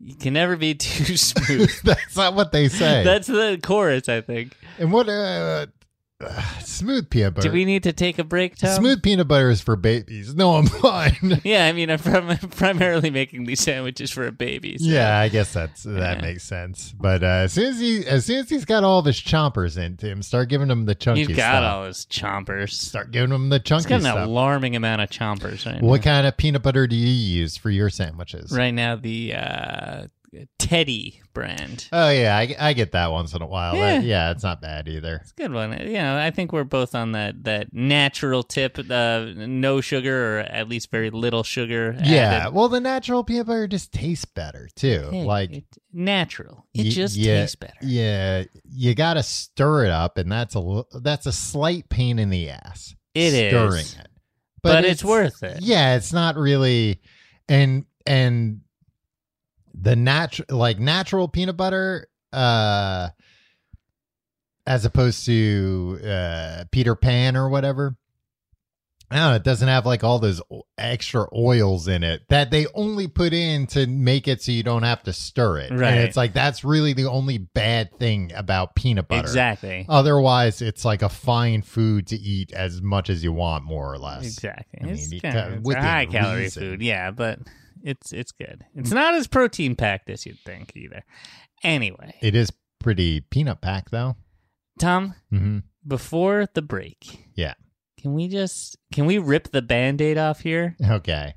Speaker 3: You can never be too smooth.
Speaker 2: That's not what they say.
Speaker 3: That's the chorus, I think.
Speaker 2: and what uh, uh, smooth peanut butter?
Speaker 3: Do we need to take a break, Tom?
Speaker 2: smooth peanut butter is for babies. No, I'm fine.
Speaker 3: Yeah, I mean, I'm prim- primarily making these sandwiches for a baby. so-
Speaker 2: yeah, I guess that's that
Speaker 3: Yeah.
Speaker 2: makes sense. But uh, as soon as he as soon as he's got all this chompers into him, start giving him the chunky
Speaker 3: You've got
Speaker 2: stuff.
Speaker 3: all his chompers.
Speaker 2: start giving him the
Speaker 3: It's
Speaker 2: chunky
Speaker 3: got an
Speaker 2: stuff.
Speaker 3: alarming amount of chompers right
Speaker 2: What
Speaker 3: now.
Speaker 2: kind of peanut butter do you use for your sandwiches?
Speaker 3: Right now, the uh, Teddy brand.
Speaker 2: Oh yeah, I, I get that once in a while.
Speaker 3: Yeah.
Speaker 2: That- yeah, it's not bad either.
Speaker 3: It's a good one. You know, I think we're both on that, that natural tip, uh, no sugar or at least very little sugar.
Speaker 2: Yeah,
Speaker 3: added.
Speaker 2: well, the natural peanut butter just tastes better too.
Speaker 3: Hey,
Speaker 2: like
Speaker 3: it- natural. It
Speaker 2: y-
Speaker 3: just
Speaker 2: yeah,
Speaker 3: tastes better.
Speaker 2: Yeah, you gotta stir it up, and that's a l- that's a slight pain in the ass.
Speaker 3: It is.
Speaker 2: stirring it,
Speaker 3: But it's worth it.
Speaker 2: Yeah, it's not really, and and the natural like natural peanut butter, uh, as opposed to uh Peter Pan or whatever. I don't know, it doesn't have like all those o- extra oils in it that they only put in to make it so you don't have to stir it.
Speaker 3: Right.
Speaker 2: And it's like that's really the only bad thing about peanut butter.
Speaker 3: Exactly.
Speaker 2: Otherwise, it's like a fine food to eat as much as you want, more or less.
Speaker 3: Exactly.
Speaker 2: I mean,
Speaker 3: it's
Speaker 2: you
Speaker 3: kinda-
Speaker 2: got-
Speaker 3: it's a
Speaker 2: within
Speaker 3: high calorie
Speaker 2: reason.
Speaker 3: food, yeah, but it's it's good. It's not as protein packed as you'd think either. Anyway,
Speaker 2: It is pretty peanut pack though.
Speaker 3: Tom,
Speaker 2: hmm
Speaker 3: before the break,
Speaker 2: Yeah.
Speaker 3: can we just can we rip the band-aid off here
Speaker 2: Okay.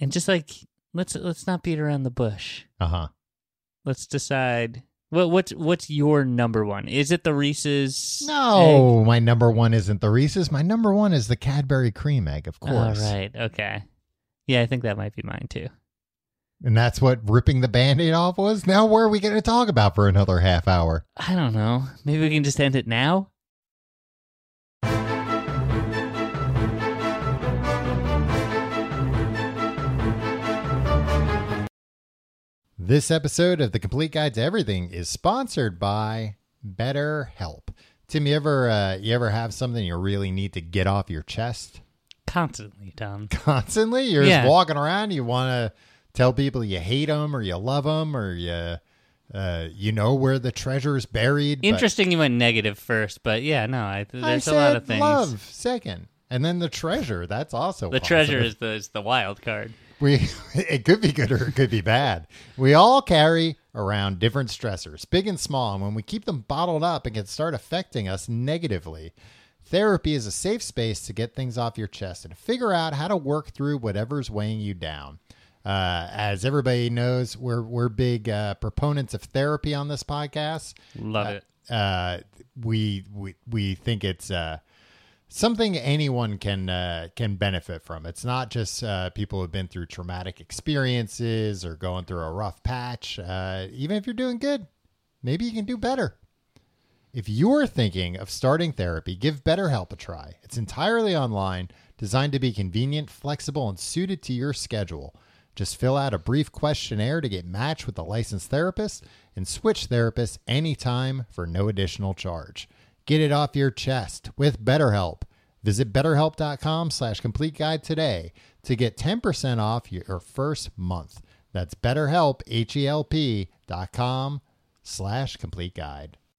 Speaker 3: and just like let's let's not beat around the bush.
Speaker 2: Uh huh.
Speaker 3: Let's decide what what's what's your number one? Is it the Reese's? egg?
Speaker 2: No, my number one isn't the Reese's. My number one is the Cadbury cream egg, of
Speaker 3: All
Speaker 2: course.
Speaker 3: right. Okay. Yeah, I think that might be mine too.
Speaker 2: And that's what ripping the band-aid off was. Now where are we going to talk about for another half hour?
Speaker 3: I don't know. Maybe we can just end it now.
Speaker 2: This episode of The Complete Guide to Everything is sponsored by BetterHelp. Tim, you ever uh, you ever have something you really need to get off your chest
Speaker 3: Constantly, Tom.
Speaker 2: constantly? You're
Speaker 3: Yeah.
Speaker 2: just walking around. You want to tell people you hate them or you love them or you uh, you know where the treasure is buried. but-
Speaker 3: Interesting, you went negative first, but yeah, no, I,
Speaker 2: I
Speaker 3: there's
Speaker 2: said
Speaker 3: a lot of things.
Speaker 2: love second, and then the treasure. That's also
Speaker 3: The
Speaker 2: positive.
Speaker 3: treasure is the is the wild card.
Speaker 2: We it could be good or it could be bad. We all carry around different stressors, big and small, and when we keep them bottled up, it can start affecting us negatively. Therapy is a safe space to get things off your chest and figure out how to work through whatever's weighing you down. Uh, as everybody knows, we're we're big uh, proponents of therapy on this podcast.
Speaker 3: Love it.
Speaker 2: Uh, we we we think it's uh, something anyone can uh, can benefit from. It's not just uh, people who've been through traumatic experiences or going through a rough patch. Uh, even if you're doing good, maybe you can do better. If you're thinking of starting therapy, give BetterHelp a try. It's entirely online, designed to be convenient, flexible, and suited to your schedule. Just fill out a brief questionnaire to get matched with a licensed therapist and switch therapists anytime for no additional charge. Get it off your chest with BetterHelp. Visit betterhelp.com slash complete guide today to get 10% off your first month. E That's betterhelp, H-E-L-P dot com slash complete guide.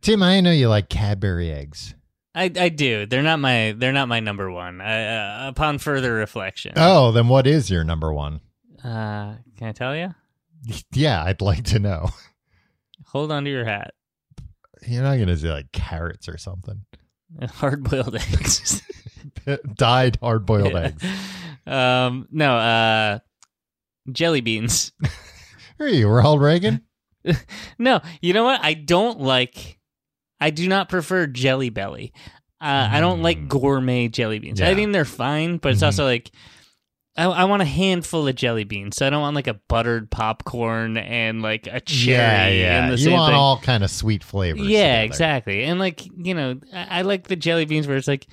Speaker 2: Tim, I know you like Cadbury eggs.
Speaker 3: I, I do. They're not my they're not my number one. I, uh, upon further reflection.
Speaker 2: Oh, then what is your number one?
Speaker 3: Uh, can I tell you?
Speaker 2: Yeah, I'd like to know.
Speaker 3: Hold on to your hat.
Speaker 2: You're not going to say like carrots or something.
Speaker 3: Hard boiled eggs.
Speaker 2: Dyed hard boiled
Speaker 3: Yeah.
Speaker 2: eggs.
Speaker 3: Um, no, uh, jelly beans.
Speaker 2: Are you Ronald Reagan?
Speaker 3: No, you know what? I don't like. I do not prefer Jelly Belly. Uh, I don't like
Speaker 2: Mm.
Speaker 3: gourmet jelly beans. I
Speaker 2: Yeah.
Speaker 3: think they're fine, but it's
Speaker 2: Mhm.
Speaker 3: also like I, I want a handful of jelly beans. So I don't want like a buttered popcorn and like a cherry. And the
Speaker 2: You
Speaker 3: same
Speaker 2: want
Speaker 3: thing.
Speaker 2: all kind of sweet flavors.
Speaker 3: Yeah,
Speaker 2: together.
Speaker 3: exactly. And like you know, I, I like the jelly beans where it's like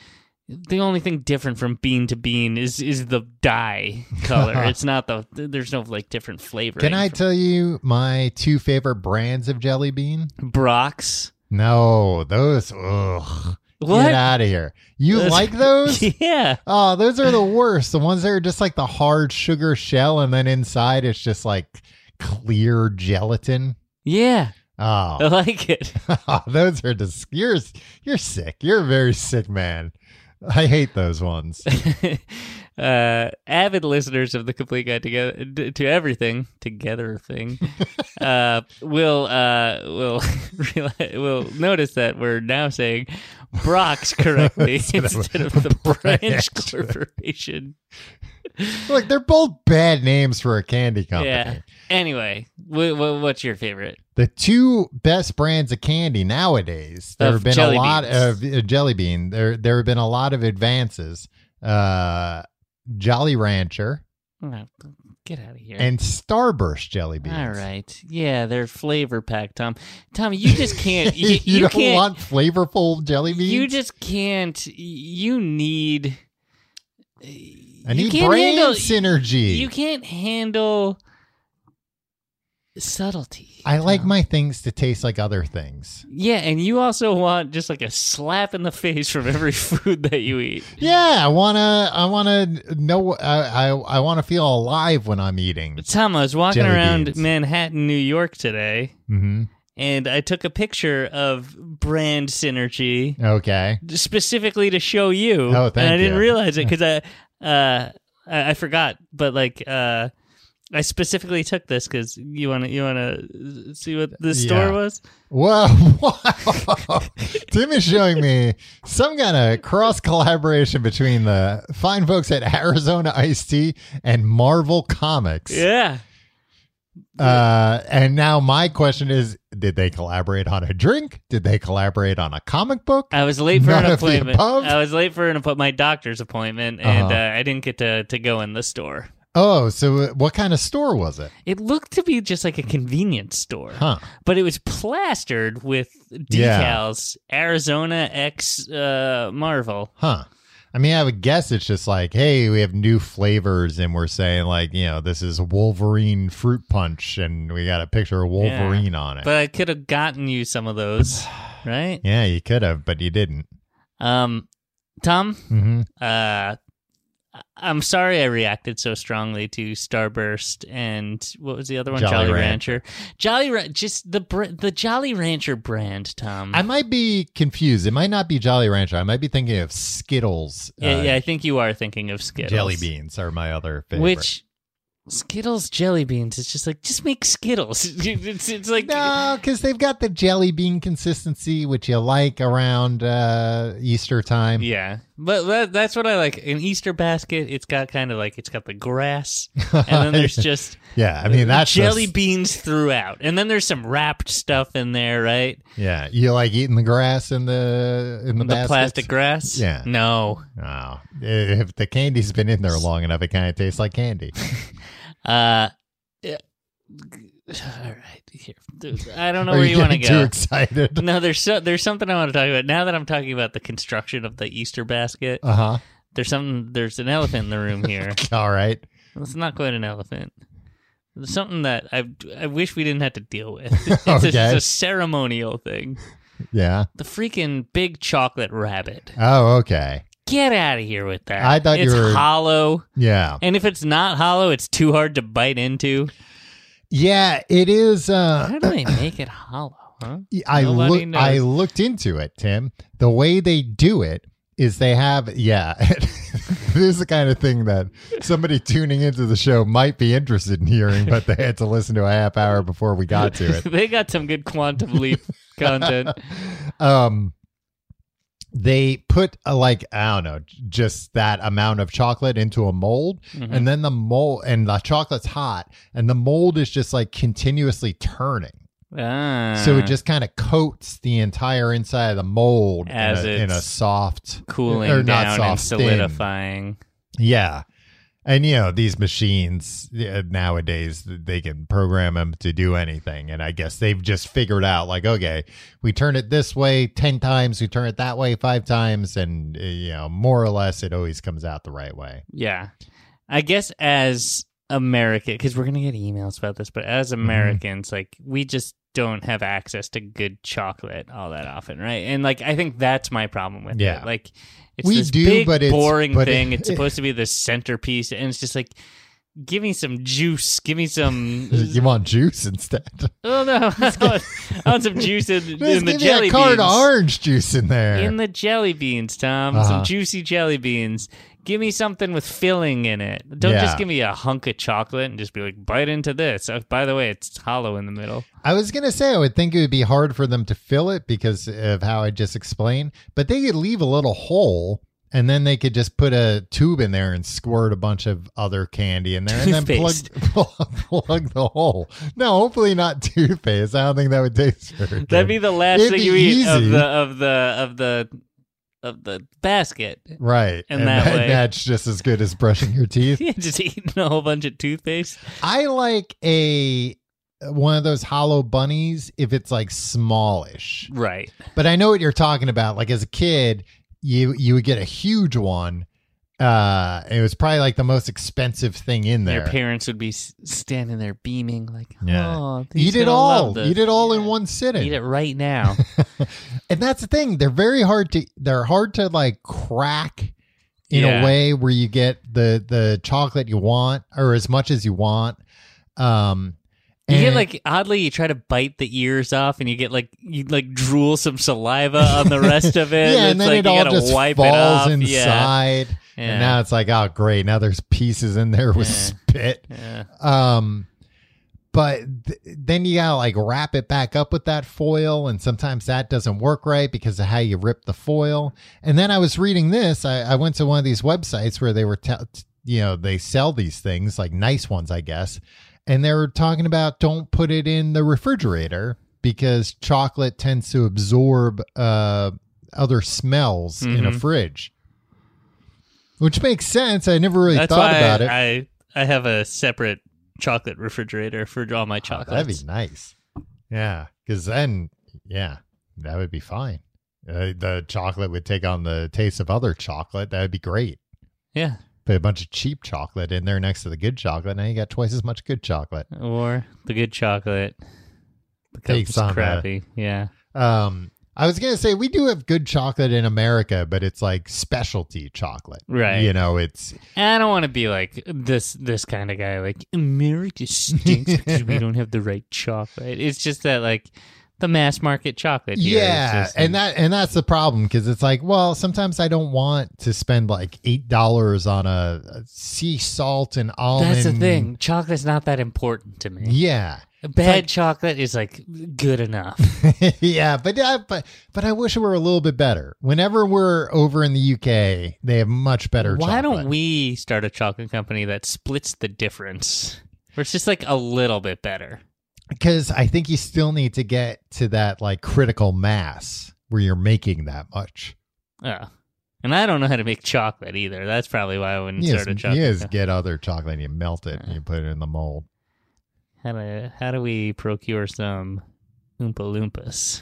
Speaker 3: the only thing different from bean to bean is is the dye color. it's not the there's no like different flavor.
Speaker 2: Can I tell you my two favorite brands of jelly bean?
Speaker 3: Brock's?
Speaker 2: No, those. Ugh.
Speaker 3: What?
Speaker 2: Get out of here. You
Speaker 3: Those-
Speaker 2: like those?
Speaker 3: yeah.
Speaker 2: Oh, those are the worst. The ones that are just like the hard sugar shell, and then inside it's just like clear gelatin.
Speaker 3: Yeah, I
Speaker 2: Oh,
Speaker 3: like it.
Speaker 2: those are just you're you're sick. You're a very sick man. I hate those ones.
Speaker 3: uh, avid listeners of the Complete Guide Together d- to Everything Together thing uh, will uh, will realize, will notice that we're now saying Brock's correctly
Speaker 2: Instead of
Speaker 3: instead of the
Speaker 2: Branch.
Speaker 3: Branch Corporation.
Speaker 2: Look, they're both bad names for a candy company.
Speaker 3: Yeah. Anyway, w- w- what's your favorite?
Speaker 2: the two best brands of candy nowadays. There
Speaker 3: Of
Speaker 2: have been a
Speaker 3: jelly
Speaker 2: lot
Speaker 3: beans.
Speaker 2: of uh, jelly bean. There there have been a lot of advances. Uh, Jolly Rancher
Speaker 3: Oh, Get out of here.
Speaker 2: and Starburst jelly beans.
Speaker 3: all right, yeah, they're flavor packed, Tom. Tom, you just can't.
Speaker 2: you,
Speaker 3: You, you
Speaker 2: don't
Speaker 3: can't,
Speaker 2: want flavorful jelly beans.
Speaker 3: You just can't. You need.
Speaker 2: I
Speaker 3: you
Speaker 2: need
Speaker 3: can't
Speaker 2: brand
Speaker 3: handle-
Speaker 2: synergy.
Speaker 3: You can't handle subtlety.
Speaker 2: I like
Speaker 3: Tom.
Speaker 2: my things to taste like other things.
Speaker 3: Yeah, and you also want just like a slap in the face from every food that you eat.
Speaker 2: Yeah, I wanna, I wanna know, I, I, I wanna feel alive when I'm eating.
Speaker 3: Tom, I was walking
Speaker 2: Jelly
Speaker 3: around
Speaker 2: beans.
Speaker 3: Manhattan, New York today,
Speaker 2: hmm
Speaker 3: and I took a picture of brand synergy
Speaker 2: Okay.
Speaker 3: specifically to show you.
Speaker 2: Oh, thank
Speaker 3: And I didn't
Speaker 2: you.
Speaker 3: realize it because I, uh, I I forgot. But like, uh, I specifically took this because you want to you want to see what the
Speaker 2: Yeah.
Speaker 3: store was.
Speaker 2: Whoa, wow. Tim is showing me some kind of cross collaboration between the fine folks at Arizona Ice Tea and Marvel Comics.
Speaker 3: Yeah.
Speaker 2: Uh, and now my question is did they collaborate on a drink? Did they collaborate on a comic book?
Speaker 3: I was late for
Speaker 2: None
Speaker 3: an
Speaker 2: of the
Speaker 3: appointment.
Speaker 2: above?
Speaker 3: I was late for an appointment, my doctor's appointment, and
Speaker 2: Uh-huh.
Speaker 3: uh, I didn't get to, to go in the store.
Speaker 2: oh, so what kind of store was it?
Speaker 3: It looked to be just like a convenience store,
Speaker 2: Huh.
Speaker 3: but it was plastered with
Speaker 2: Yeah.
Speaker 3: decals Arizona X uh, Marvel.
Speaker 2: Huh. I mean, I would guess it's just like, hey, we have new flavors, and we're saying like, you know, this is Wolverine fruit punch, and we got a picture of
Speaker 3: Yeah.
Speaker 2: Wolverine on it.
Speaker 3: But I could have gotten you some of those, right?
Speaker 2: yeah, you could have, but you didn't.
Speaker 3: Um, Tom,
Speaker 2: hmm
Speaker 3: uh, I- I'm sorry I reacted so strongly to Starburst and what was the other one?
Speaker 2: Jolly
Speaker 3: Rancher. Jolly Ra- just the br- the Jolly Rancher brand, Tom.
Speaker 2: I might be confused. It might not be Jolly Rancher. I might be thinking of Skittles.
Speaker 3: yeah,
Speaker 2: uh,
Speaker 3: yeah, I think you are thinking of Skittles.
Speaker 2: jelly beans are my other favorite.
Speaker 3: which Skittles jelly beans. It's just like just make Skittles. It's it's like
Speaker 2: no, because they've got the jelly bean consistency, which you like around uh, Easter time.
Speaker 3: Yeah, but that, that's what I like. An Easter basket, it's got kind of like it's got the grass, and then there's just
Speaker 2: Yeah, I mean that's
Speaker 3: jelly
Speaker 2: just-
Speaker 3: beans throughout, and then there's some wrapped stuff in there, right?
Speaker 2: Yeah, you like eating the grass in the in the,
Speaker 3: The,
Speaker 2: baskets?
Speaker 3: plastic grass.
Speaker 2: Yeah.
Speaker 3: No.
Speaker 2: Oh, if the candy's been in there long enough, it kind of tastes like candy.
Speaker 3: Uh, all right, here. Dude, I don't know
Speaker 2: Are
Speaker 3: where you, want to
Speaker 2: getting Too
Speaker 3: go.
Speaker 2: excited.
Speaker 3: No, there's so, there's something I want to talk about. Now that I'm talking about the construction of the Easter basket,
Speaker 2: Uh huh.
Speaker 3: there's something. There's an elephant in the room here.
Speaker 2: All right.
Speaker 3: It's not quite an elephant. It's something that I I wish we didn't have to deal with. It's, a, it's
Speaker 2: Okay.
Speaker 3: a ceremonial thing.
Speaker 2: Yeah.
Speaker 3: The freaking big chocolate rabbit.
Speaker 2: Oh, okay.
Speaker 3: Get out of here with that.
Speaker 2: I thought you
Speaker 3: it's
Speaker 2: were-
Speaker 3: hollow.
Speaker 2: Yeah.
Speaker 3: And if it's not hollow, it's too hard to bite into.
Speaker 2: Yeah. It is. Uh,
Speaker 3: How do they make it hollow, huh?
Speaker 2: I
Speaker 3: Nobody
Speaker 2: look,
Speaker 3: knows.
Speaker 2: I looked into it, Tim. The way they do it is they have yeah. this is the kind of thing that somebody tuning into the show might be interested in hearing, but they had to listen to a half hour before we got to it.
Speaker 3: they got some good quantum leap content.
Speaker 2: Um they put a, like I don't know, j- just that amount of chocolate into a mold
Speaker 3: Mhm.
Speaker 2: and then the mold and the chocolate's hot and the mold is just like continuously turning.
Speaker 3: Ah,
Speaker 2: So it just kind of coats the entire inside of the mold in
Speaker 3: As
Speaker 2: a- in, a,
Speaker 3: it's
Speaker 2: soft
Speaker 3: cooling
Speaker 2: or not
Speaker 3: down and
Speaker 2: soft, thin.
Speaker 3: solidifying.
Speaker 2: Yeah, and you know these machines yeah, nowadays they can program them to do anything, and I guess they've just figured out like, okay, we turn it this way ten times, we turn it that way five times, and uh, you know more or less it always comes out the right way.
Speaker 3: Yeah. I guess as American, because we're going to get emails about this, but
Speaker 2: Mm-hmm.
Speaker 3: as Americans, like, we just don't have access to good chocolate all that often, right? And, like, I think that's my problem with
Speaker 2: Yeah.
Speaker 3: it. Like, it's
Speaker 2: We
Speaker 3: this
Speaker 2: do,
Speaker 3: big,
Speaker 2: but it's-
Speaker 3: boring
Speaker 2: but it-
Speaker 3: thing. it's supposed to be the centerpiece, and it's just like, give me some juice. Give me some.
Speaker 2: You want juice instead?
Speaker 3: oh, no. I want, I want some juice in, in
Speaker 2: Just
Speaker 3: the
Speaker 2: give me
Speaker 3: jelly
Speaker 2: a card of
Speaker 3: beans.
Speaker 2: orange juice in there.
Speaker 3: In the jelly beans, Tom.
Speaker 2: Uh-huh.
Speaker 3: Some juicy jelly beans. Give me something with filling in it. Don't
Speaker 2: Yeah.
Speaker 3: just give me a hunk of chocolate and just be like, bite into this. Oh, by the way, it's hollow in the middle.
Speaker 2: I was gonna say I would think it would be hard for them to fill it because of how I just explained, but they could leave a little hole and then they could just put a tube in there and squirt a bunch of other candy in there and then plug,
Speaker 3: Toothpaste.
Speaker 2: plug plug the hole. No, hopefully not toothpaste. I don't think that would taste very good.
Speaker 3: That'd be the last
Speaker 2: It'd
Speaker 3: thing
Speaker 2: be
Speaker 3: you eat of
Speaker 2: easy.
Speaker 3: the of the of the of the basket.
Speaker 2: right.
Speaker 3: in that way.
Speaker 2: that's just as good as brushing your teeth.
Speaker 3: Yeah, just eating a whole bunch of toothpaste.
Speaker 2: I like a one of those hollow bunnies if it's like smallish.
Speaker 3: Right.
Speaker 2: But I know what you're talking about. Like as a kid, you you would get a huge one. Uh, it was probably like the most expensive thing in
Speaker 3: Your
Speaker 2: there.
Speaker 3: parents would be s- standing there beaming like,
Speaker 2: Yeah.
Speaker 3: "Oh, he's
Speaker 2: Eat it
Speaker 3: gonna love
Speaker 2: all.
Speaker 3: this.
Speaker 2: Eat it all in one
Speaker 3: Eat it
Speaker 2: sitting.
Speaker 3: right now."
Speaker 2: and that's the thing. They're very hard to. They're hard to like crack in
Speaker 3: Yeah.
Speaker 2: a way where you get the the chocolate you want or as much as you want. Um,
Speaker 3: You get
Speaker 2: and-
Speaker 3: like oddly, you try to bite the ears off, and you get like you like drool some saliva on the rest of it.
Speaker 2: yeah,
Speaker 3: It's
Speaker 2: and then
Speaker 3: like
Speaker 2: it
Speaker 3: you
Speaker 2: all
Speaker 3: gotta
Speaker 2: just
Speaker 3: wipe it
Speaker 2: falls
Speaker 3: off. Yeah.
Speaker 2: inside.
Speaker 3: Yeah.
Speaker 2: And now it's like, oh great, now there's pieces in there with spit.
Speaker 3: Yeah.
Speaker 2: Um, but th- then you gotta like wrap it back up with that foil, and sometimes that doesn't work right because of how you rip the foil. And then I was reading this. I, I went to one of these websites where they were, te- t- you know, they sell these things like nice ones, I guess. And they were talking about don't put it in the refrigerator because chocolate tends to absorb uh, other smells in a
Speaker 3: Mm-hmm.
Speaker 2: fridge, which makes sense. I never really
Speaker 3: That's
Speaker 2: thought
Speaker 3: why
Speaker 2: about it.
Speaker 3: I I have a separate chocolate refrigerator for all my
Speaker 2: Oh, that'd
Speaker 3: chocolates.
Speaker 2: be nice. Yeah, because then, yeah, that would be fine. Uh, the chocolate would take on the taste of other chocolate. That would be great.
Speaker 3: yeah,
Speaker 2: Put a bunch of cheap chocolate in there next to the good chocolate. Now you got twice as much good chocolate.
Speaker 3: or the good chocolate
Speaker 2: Takes
Speaker 3: becomes
Speaker 2: on the-
Speaker 3: crappy. Yeah,
Speaker 2: Um, I was gonna say we do have good chocolate in America, but it's like specialty chocolate,
Speaker 3: Right.
Speaker 2: You know, it's
Speaker 3: I don't want to be like this this kind of guy. Like America stinks because we don't have the right chocolate. It's just that like the mass market chocolate. Here is
Speaker 2: yeah,
Speaker 3: just,
Speaker 2: and that and that's the problem because it's like, well, sometimes I don't want to spend like eight dollars on a, a sea salt and almond.
Speaker 3: That's the thing. Chocolate's not that important to me.
Speaker 2: Yeah.
Speaker 3: Bad chocolate is like good enough.
Speaker 2: yeah, but uh, but but I wish it were a little bit better. Whenever we're over in the UK, they have much better.
Speaker 3: Why
Speaker 2: chocolate.
Speaker 3: don't we start a chocolate company that splits the difference? Where it's just like a little bit better.
Speaker 2: Because I think you still need to get to that like critical mass where you're making that much.
Speaker 3: Oh. And I don't know how to make chocolate either. That's probably why I wouldn't
Speaker 2: You
Speaker 3: start a
Speaker 2: just,
Speaker 3: chocolate.
Speaker 2: you just
Speaker 3: company.
Speaker 2: get other chocolate and you melt it and you put it in the mold.
Speaker 3: How do how do we procure some Oompa Loompas?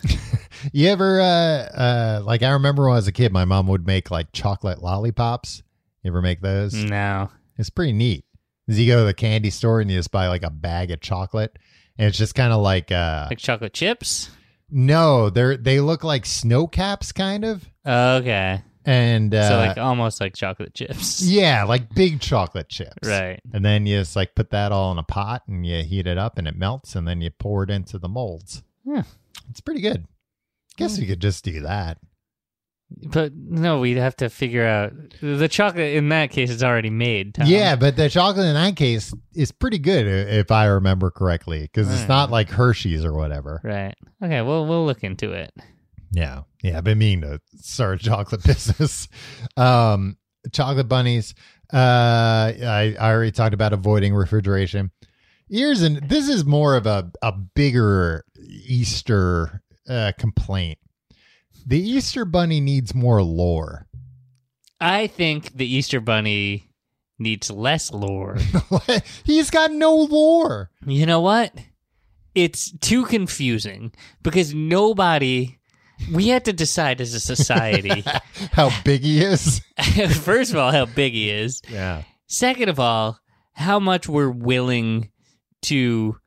Speaker 2: You ever uh uh like I remember when I was a kid my mom would make like chocolate lollipops. You ever make those?
Speaker 3: no.
Speaker 2: It's pretty neat. Is you go to the candy store and you just buy like a bag of chocolate and it's just kind of like uh
Speaker 3: Like chocolate chips?
Speaker 2: no, they're they look like snow caps kind of
Speaker 3: Okay.
Speaker 2: and uh
Speaker 3: so like almost like chocolate chips.
Speaker 2: yeah, like big chocolate chips.
Speaker 3: Right.
Speaker 2: And then you just like put that all in a pot and you heat it up and it melts and then you pour it into the molds.
Speaker 3: Yeah.
Speaker 2: It's pretty good. Guess
Speaker 3: Hmm.
Speaker 2: you could just do that.
Speaker 3: But no, we'd have to figure out the chocolate in that case is already made. Tom.
Speaker 2: Yeah, but the chocolate in that case is pretty good i- if I remember correctly because it's not
Speaker 3: Hmm.
Speaker 2: like Hershey's or whatever.
Speaker 3: Right. Okay. Well, we'll look into it.
Speaker 2: Yeah. Yeah. I've been meaning to start a chocolate business. Um, chocolate bunnies. Uh, I, I already talked about avoiding refrigeration. Here's and this is more of a, a bigger Easter uh, complaint. The Easter bunny needs more lore.
Speaker 3: I think the Easter Bunny needs less lore.
Speaker 2: He's got no lore.
Speaker 3: you know what? It's too confusing because nobody. We had to decide as a society.
Speaker 2: How big he is.
Speaker 3: first of all, how big he is.
Speaker 2: Yeah.
Speaker 3: Second of all, how much we're willing to,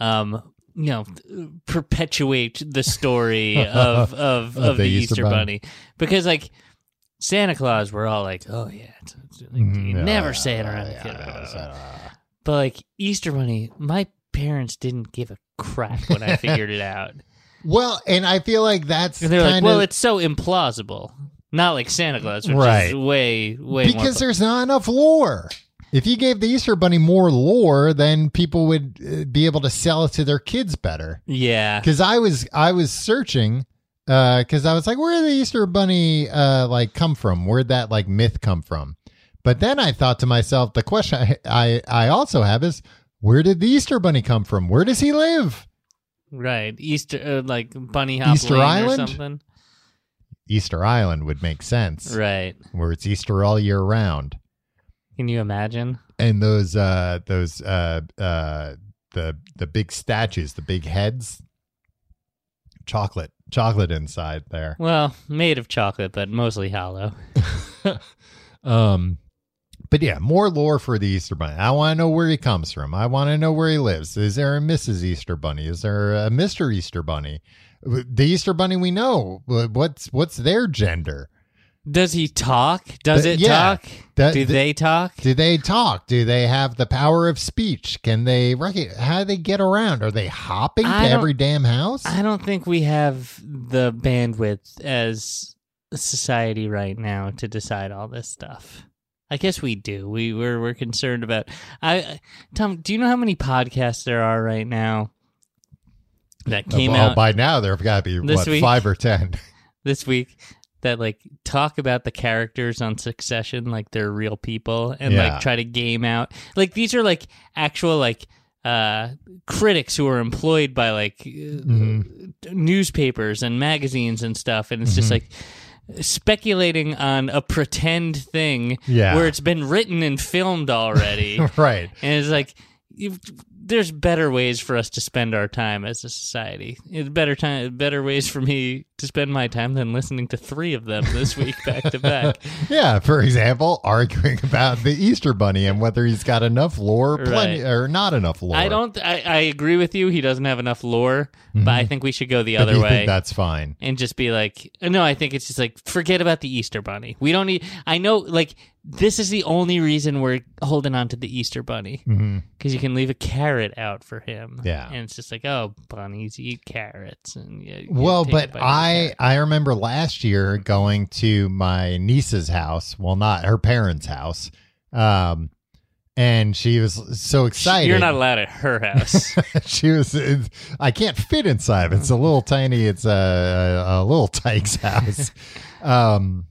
Speaker 3: um, you know, perpetuate the story of of, of, the, Easter, Bunny. because like Santa Claus, we're all like, oh yeah, it's, it's, like, you
Speaker 2: Mm,
Speaker 3: never
Speaker 2: yeah,
Speaker 3: say it around the
Speaker 2: yeah,
Speaker 3: kid,
Speaker 2: yeah.
Speaker 3: but like Easter Bunny, my parents didn't give a crap when I figured it out,
Speaker 2: Well, and I feel like that's
Speaker 3: and they're like,
Speaker 2: kind
Speaker 3: well,
Speaker 2: of-
Speaker 3: it's so implausible. Not like Santa Claus, which
Speaker 2: Right.
Speaker 3: is way, way more
Speaker 2: because there's not enough lore. If you gave the Easter Bunny more lore, then people would uh, be able to sell it to their kids better.
Speaker 3: yeah,
Speaker 2: Because I was I was searching because I was like, where did the Easter Bunny uh, like come from? Where'd that like myth come from? But then I thought to myself, the question I I, I also have is, where did the Easter Bunny come from? Where does he live?
Speaker 3: Right, Easter uh, like Bunny Hop
Speaker 2: Easter
Speaker 3: Lane or
Speaker 2: Island?
Speaker 3: something.
Speaker 2: Easter Island would make sense,
Speaker 3: Right?
Speaker 2: where it's Easter all year round.
Speaker 3: Can you imagine?
Speaker 2: and those uh those uh uh the the big statues the big heads chocolate chocolate inside there
Speaker 3: Well, made of chocolate, but mostly hollow.
Speaker 2: um but yeah more lore for the easter bunny i want to know where he comes from i want to know where he lives is there a mrs easter bunny is there a mr easter bunny the easter bunny we know wh- what's what's their gender
Speaker 3: Does he talk? Does
Speaker 2: Th-
Speaker 3: it
Speaker 2: yeah.
Speaker 3: talk?
Speaker 2: That-
Speaker 3: Do
Speaker 2: th-
Speaker 3: they talk?
Speaker 2: do they talk do they have the power of speech can they recognize how do they get around are they hopping to
Speaker 3: I don't-
Speaker 2: every damn house
Speaker 3: I don't think we have the bandwidth as a society right now to decide all this stuff. I guess we do. We we're we're concerned about. I- I Tom, do you know how many podcasts there are right now that came
Speaker 2: well,
Speaker 3: out
Speaker 2: by now there have got to be
Speaker 3: this
Speaker 2: what
Speaker 3: week.
Speaker 2: five or ten.
Speaker 3: this week that like talk about the characters on Succession like they're real people and
Speaker 2: Yeah.
Speaker 3: like try to game out like these are like actual like uh critics who are employed by like uh,
Speaker 2: Mm-hmm.
Speaker 3: newspapers and magazines and stuff and it's just like speculating on a pretend thing
Speaker 2: Yeah.
Speaker 3: where it's been written and filmed already and
Speaker 2: right.
Speaker 3: it's like you there's better ways for us to spend our time as a society. It's better time, better ways for me to spend my time than listening to three of them this week back to back.
Speaker 2: Yeah. For example, arguing about the Easter Bunny and whether he's got enough lore, plenty,
Speaker 3: Right.
Speaker 2: or not enough lore.
Speaker 3: I don't. I, I agree with you. He doesn't have enough lore, but I think we should go the
Speaker 2: If
Speaker 3: other
Speaker 2: Mm-hmm. you
Speaker 3: way
Speaker 2: think that's fine.
Speaker 3: and just be like, no. I think it's just like forget about the Easter Bunny. We don't need. I know. Like this is the only reason we're holding on to the Easter Bunny
Speaker 2: hmm
Speaker 3: because you can leave a carrot out for him.
Speaker 2: Yeah.
Speaker 3: and it's just like, oh, bunnies eat carrots. And yeah, you
Speaker 2: Well,
Speaker 3: take a
Speaker 2: but
Speaker 3: bite of the
Speaker 2: I I remember last year going to my niece's house. Well, not her parents' house. Um, and she was so excited.
Speaker 3: You're not allowed at her house.
Speaker 2: she was. it's- I can't fit inside. It's a little tiny. It's a, a, a little tyke's house. um,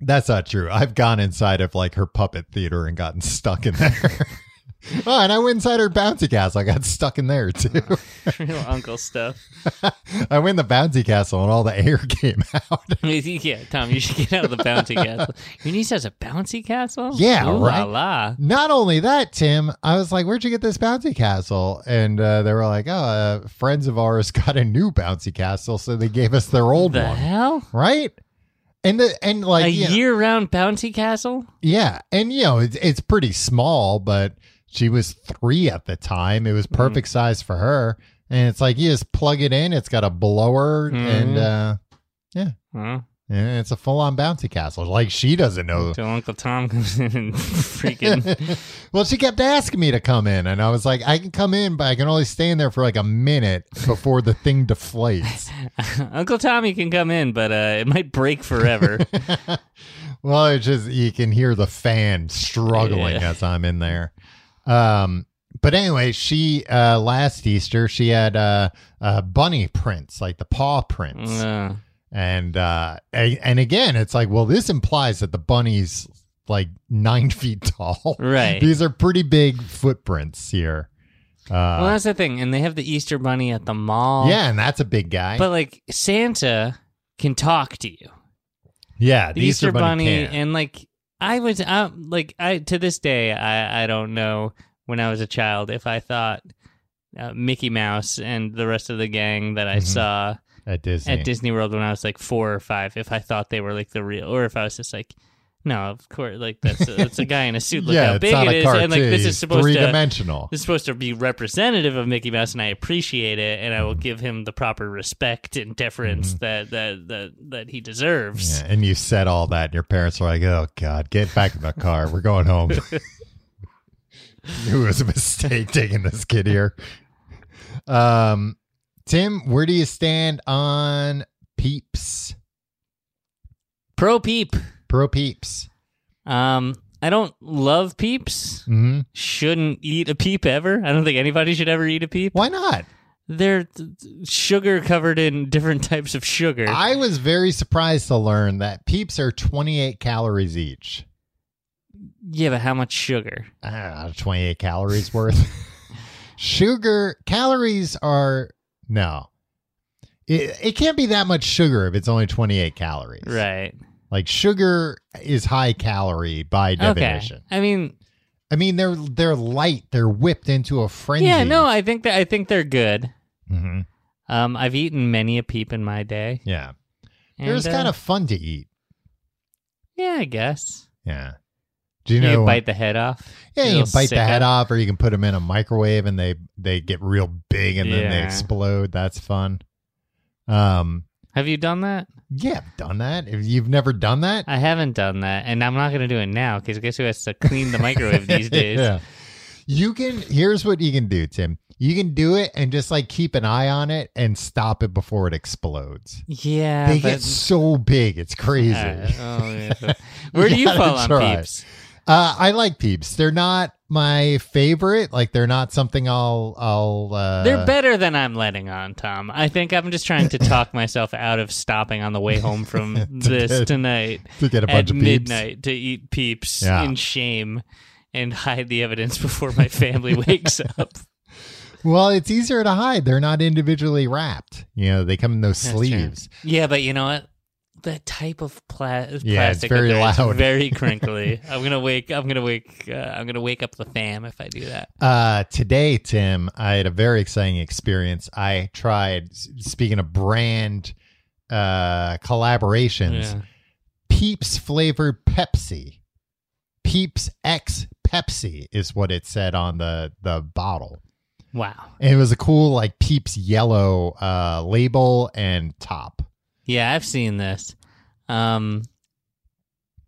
Speaker 2: that's not true. I've gone inside of like her puppet theater and gotten stuck in there. Oh, and I went inside her bouncy castle. I got stuck in there too.
Speaker 3: Real uncle stuff.
Speaker 2: I went in the bouncy castle and all the air came out.
Speaker 3: yeah, Tom, you should get out of the bouncy castle. Your niece has a bouncy castle?
Speaker 2: Yeah,
Speaker 3: Ooh
Speaker 2: right?
Speaker 3: La la.
Speaker 2: Not only that, Tim, I was like, "Where'd you get this bouncy castle?" And uh, they were like, "Oh, uh, friends of ours got a new bouncy castle, so they gave us their old
Speaker 3: The
Speaker 2: one."
Speaker 3: hell?
Speaker 2: Right? And the and like
Speaker 3: a
Speaker 2: you know-
Speaker 3: year round bouncy castle?
Speaker 2: Yeah, and you know it's it's pretty small, but she was three at the time. It was
Speaker 3: Mm-hmm.
Speaker 2: perfect size for her, and it's like you just plug it in. It's got a blower,
Speaker 3: Mhm.
Speaker 2: and uh,
Speaker 3: Well,
Speaker 2: and it's a full on bouncy castle. Like she doesn't know.
Speaker 3: until Uncle Tom comes in and freaking.
Speaker 2: well, she kept asking me to come in, and I was like, I can come in, but I can only stay in there for like a minute before the thing deflates.
Speaker 3: Uncle Tommy can come in, but uh, it might break forever.
Speaker 2: well, it's just you can hear the fan struggling
Speaker 3: Yeah.
Speaker 2: as I'm in there. Um, but anyway, she uh, last Easter she had uh, uh, bunny prints, like the paw prints,
Speaker 3: Uh,
Speaker 2: and uh, a- and again, it's like, well, this implies that the bunny's like nine feet tall.
Speaker 3: Right.
Speaker 2: These are pretty big footprints here. Uh,
Speaker 3: well, that's the thing. And they have the Easter Bunny at the mall.
Speaker 2: yeah, and that's a big guy.
Speaker 3: But like Santa can talk to you.
Speaker 2: yeah,
Speaker 3: The Easter, Bunny,
Speaker 2: can.
Speaker 3: and like I was I, like I to this day I I don't know when I was a child if I thought uh, Mickey Mouse and the rest of the gang that I
Speaker 2: Mhm.
Speaker 3: saw
Speaker 2: at Disney.
Speaker 3: at Disney World when I was like 4 or 5 if I thought they were like the real or if I was just like no, of course like that's a, that's a guy in a suit look
Speaker 2: yeah,
Speaker 3: how
Speaker 2: it's
Speaker 3: big
Speaker 2: not
Speaker 3: it
Speaker 2: a
Speaker 3: is
Speaker 2: cartoon.
Speaker 3: and like this is supposed
Speaker 2: three
Speaker 3: to
Speaker 2: dimensional.
Speaker 3: this is supposed to be representative of Mickey Mouse, and I appreciate it, and I will give him the proper respect and deference that, that that that he deserves.
Speaker 2: Mm-hmm. Yeah, and you said all that, and your parents were like, "Oh God, get back in the car. We're going home." Knew it was a mistake taking this kid here. Um, Tim, where do you stand on Peeps?
Speaker 3: Pro peep.
Speaker 2: Pro Peeps.
Speaker 3: Um, I don't love peeps.
Speaker 2: hmm
Speaker 3: Shouldn't eat a peep ever. I don't think anybody should ever eat a peep.
Speaker 2: Why not?
Speaker 3: They're th- th- sugar covered in different types of sugar.
Speaker 2: I was very surprised to learn that Peeps are 28 calories each.
Speaker 3: yeah, but how much sugar?
Speaker 2: I don't know, 28 calories worth. sugar calories are no. It, it can't be that much sugar if it's only 28 calories.
Speaker 3: Right.
Speaker 2: Like sugar is high calorie by definition.
Speaker 3: Okay. I mean,
Speaker 2: I mean they're they're light, they're whipped into a frenzy.
Speaker 3: yeah, no, I think that I think they're good.
Speaker 2: hmm
Speaker 3: Um, I've eaten many a peep in my day.
Speaker 2: Yeah. They're
Speaker 3: and,
Speaker 2: just
Speaker 3: uh,
Speaker 2: kind of fun to eat.
Speaker 3: yeah, I guess.
Speaker 2: Yeah. Do you
Speaker 3: You,
Speaker 2: know uh,
Speaker 3: bite the head off.
Speaker 2: Yeah, you
Speaker 3: Little
Speaker 2: can bite the
Speaker 3: sicko.
Speaker 2: head off or you can put them in a microwave and they they get real big and then they
Speaker 3: Yeah.
Speaker 2: explode. That's fun. Um
Speaker 3: Have you done that?
Speaker 2: Yeah, I've done that. If you've never done that,
Speaker 3: I haven't done that, and I'm not going to do it now because guess who has to clean the microwave these days?
Speaker 2: yeah. You can here's what you can do, Tim. You can do it and just like keep an eye on it and stop it before it explodes.
Speaker 3: Yeah,
Speaker 2: they
Speaker 3: but,
Speaker 2: get so big, it's crazy.
Speaker 3: Uh, oh, yeah. Where do you
Speaker 2: gotta
Speaker 3: fall on
Speaker 2: try.
Speaker 3: peeps?
Speaker 2: Uh, I like peeps. They're not my favorite. Like they're not something I'll I'll uh
Speaker 3: They're better than I'm letting on, Tom. I think I'm just trying to talk myself out of stopping on the way home from this
Speaker 2: get-
Speaker 3: tonight
Speaker 2: to get a bunch
Speaker 3: at
Speaker 2: of peeps.
Speaker 3: midnight to eat peeps
Speaker 2: Yeah.
Speaker 3: in shame and hide the evidence before my family wakes up.
Speaker 2: Well, it's easier to hide. They're not individually wrapped. You know, they come in those
Speaker 3: That's true.
Speaker 2: sleeves.
Speaker 3: Yeah, but you know what? The type of pla- plastic
Speaker 2: Yeah, it's
Speaker 3: up
Speaker 2: very
Speaker 3: there is
Speaker 2: loud.
Speaker 3: very crinkly. I'm gonna wake. I'm gonna wake. Uh, I'm gonna wake up the fam if I do that.
Speaker 2: Uh, today, Tim, I had a very exciting experience. I tried, s- speaking of brand uh, collaborations,
Speaker 3: Yeah.
Speaker 2: Peeps flavored Pepsi. Peeps X Pepsi is what it said on the, the bottle.
Speaker 3: Wow.
Speaker 2: And it was a cool, like, Peeps yellow uh, label and top.
Speaker 3: Yeah, I've seen this. Um,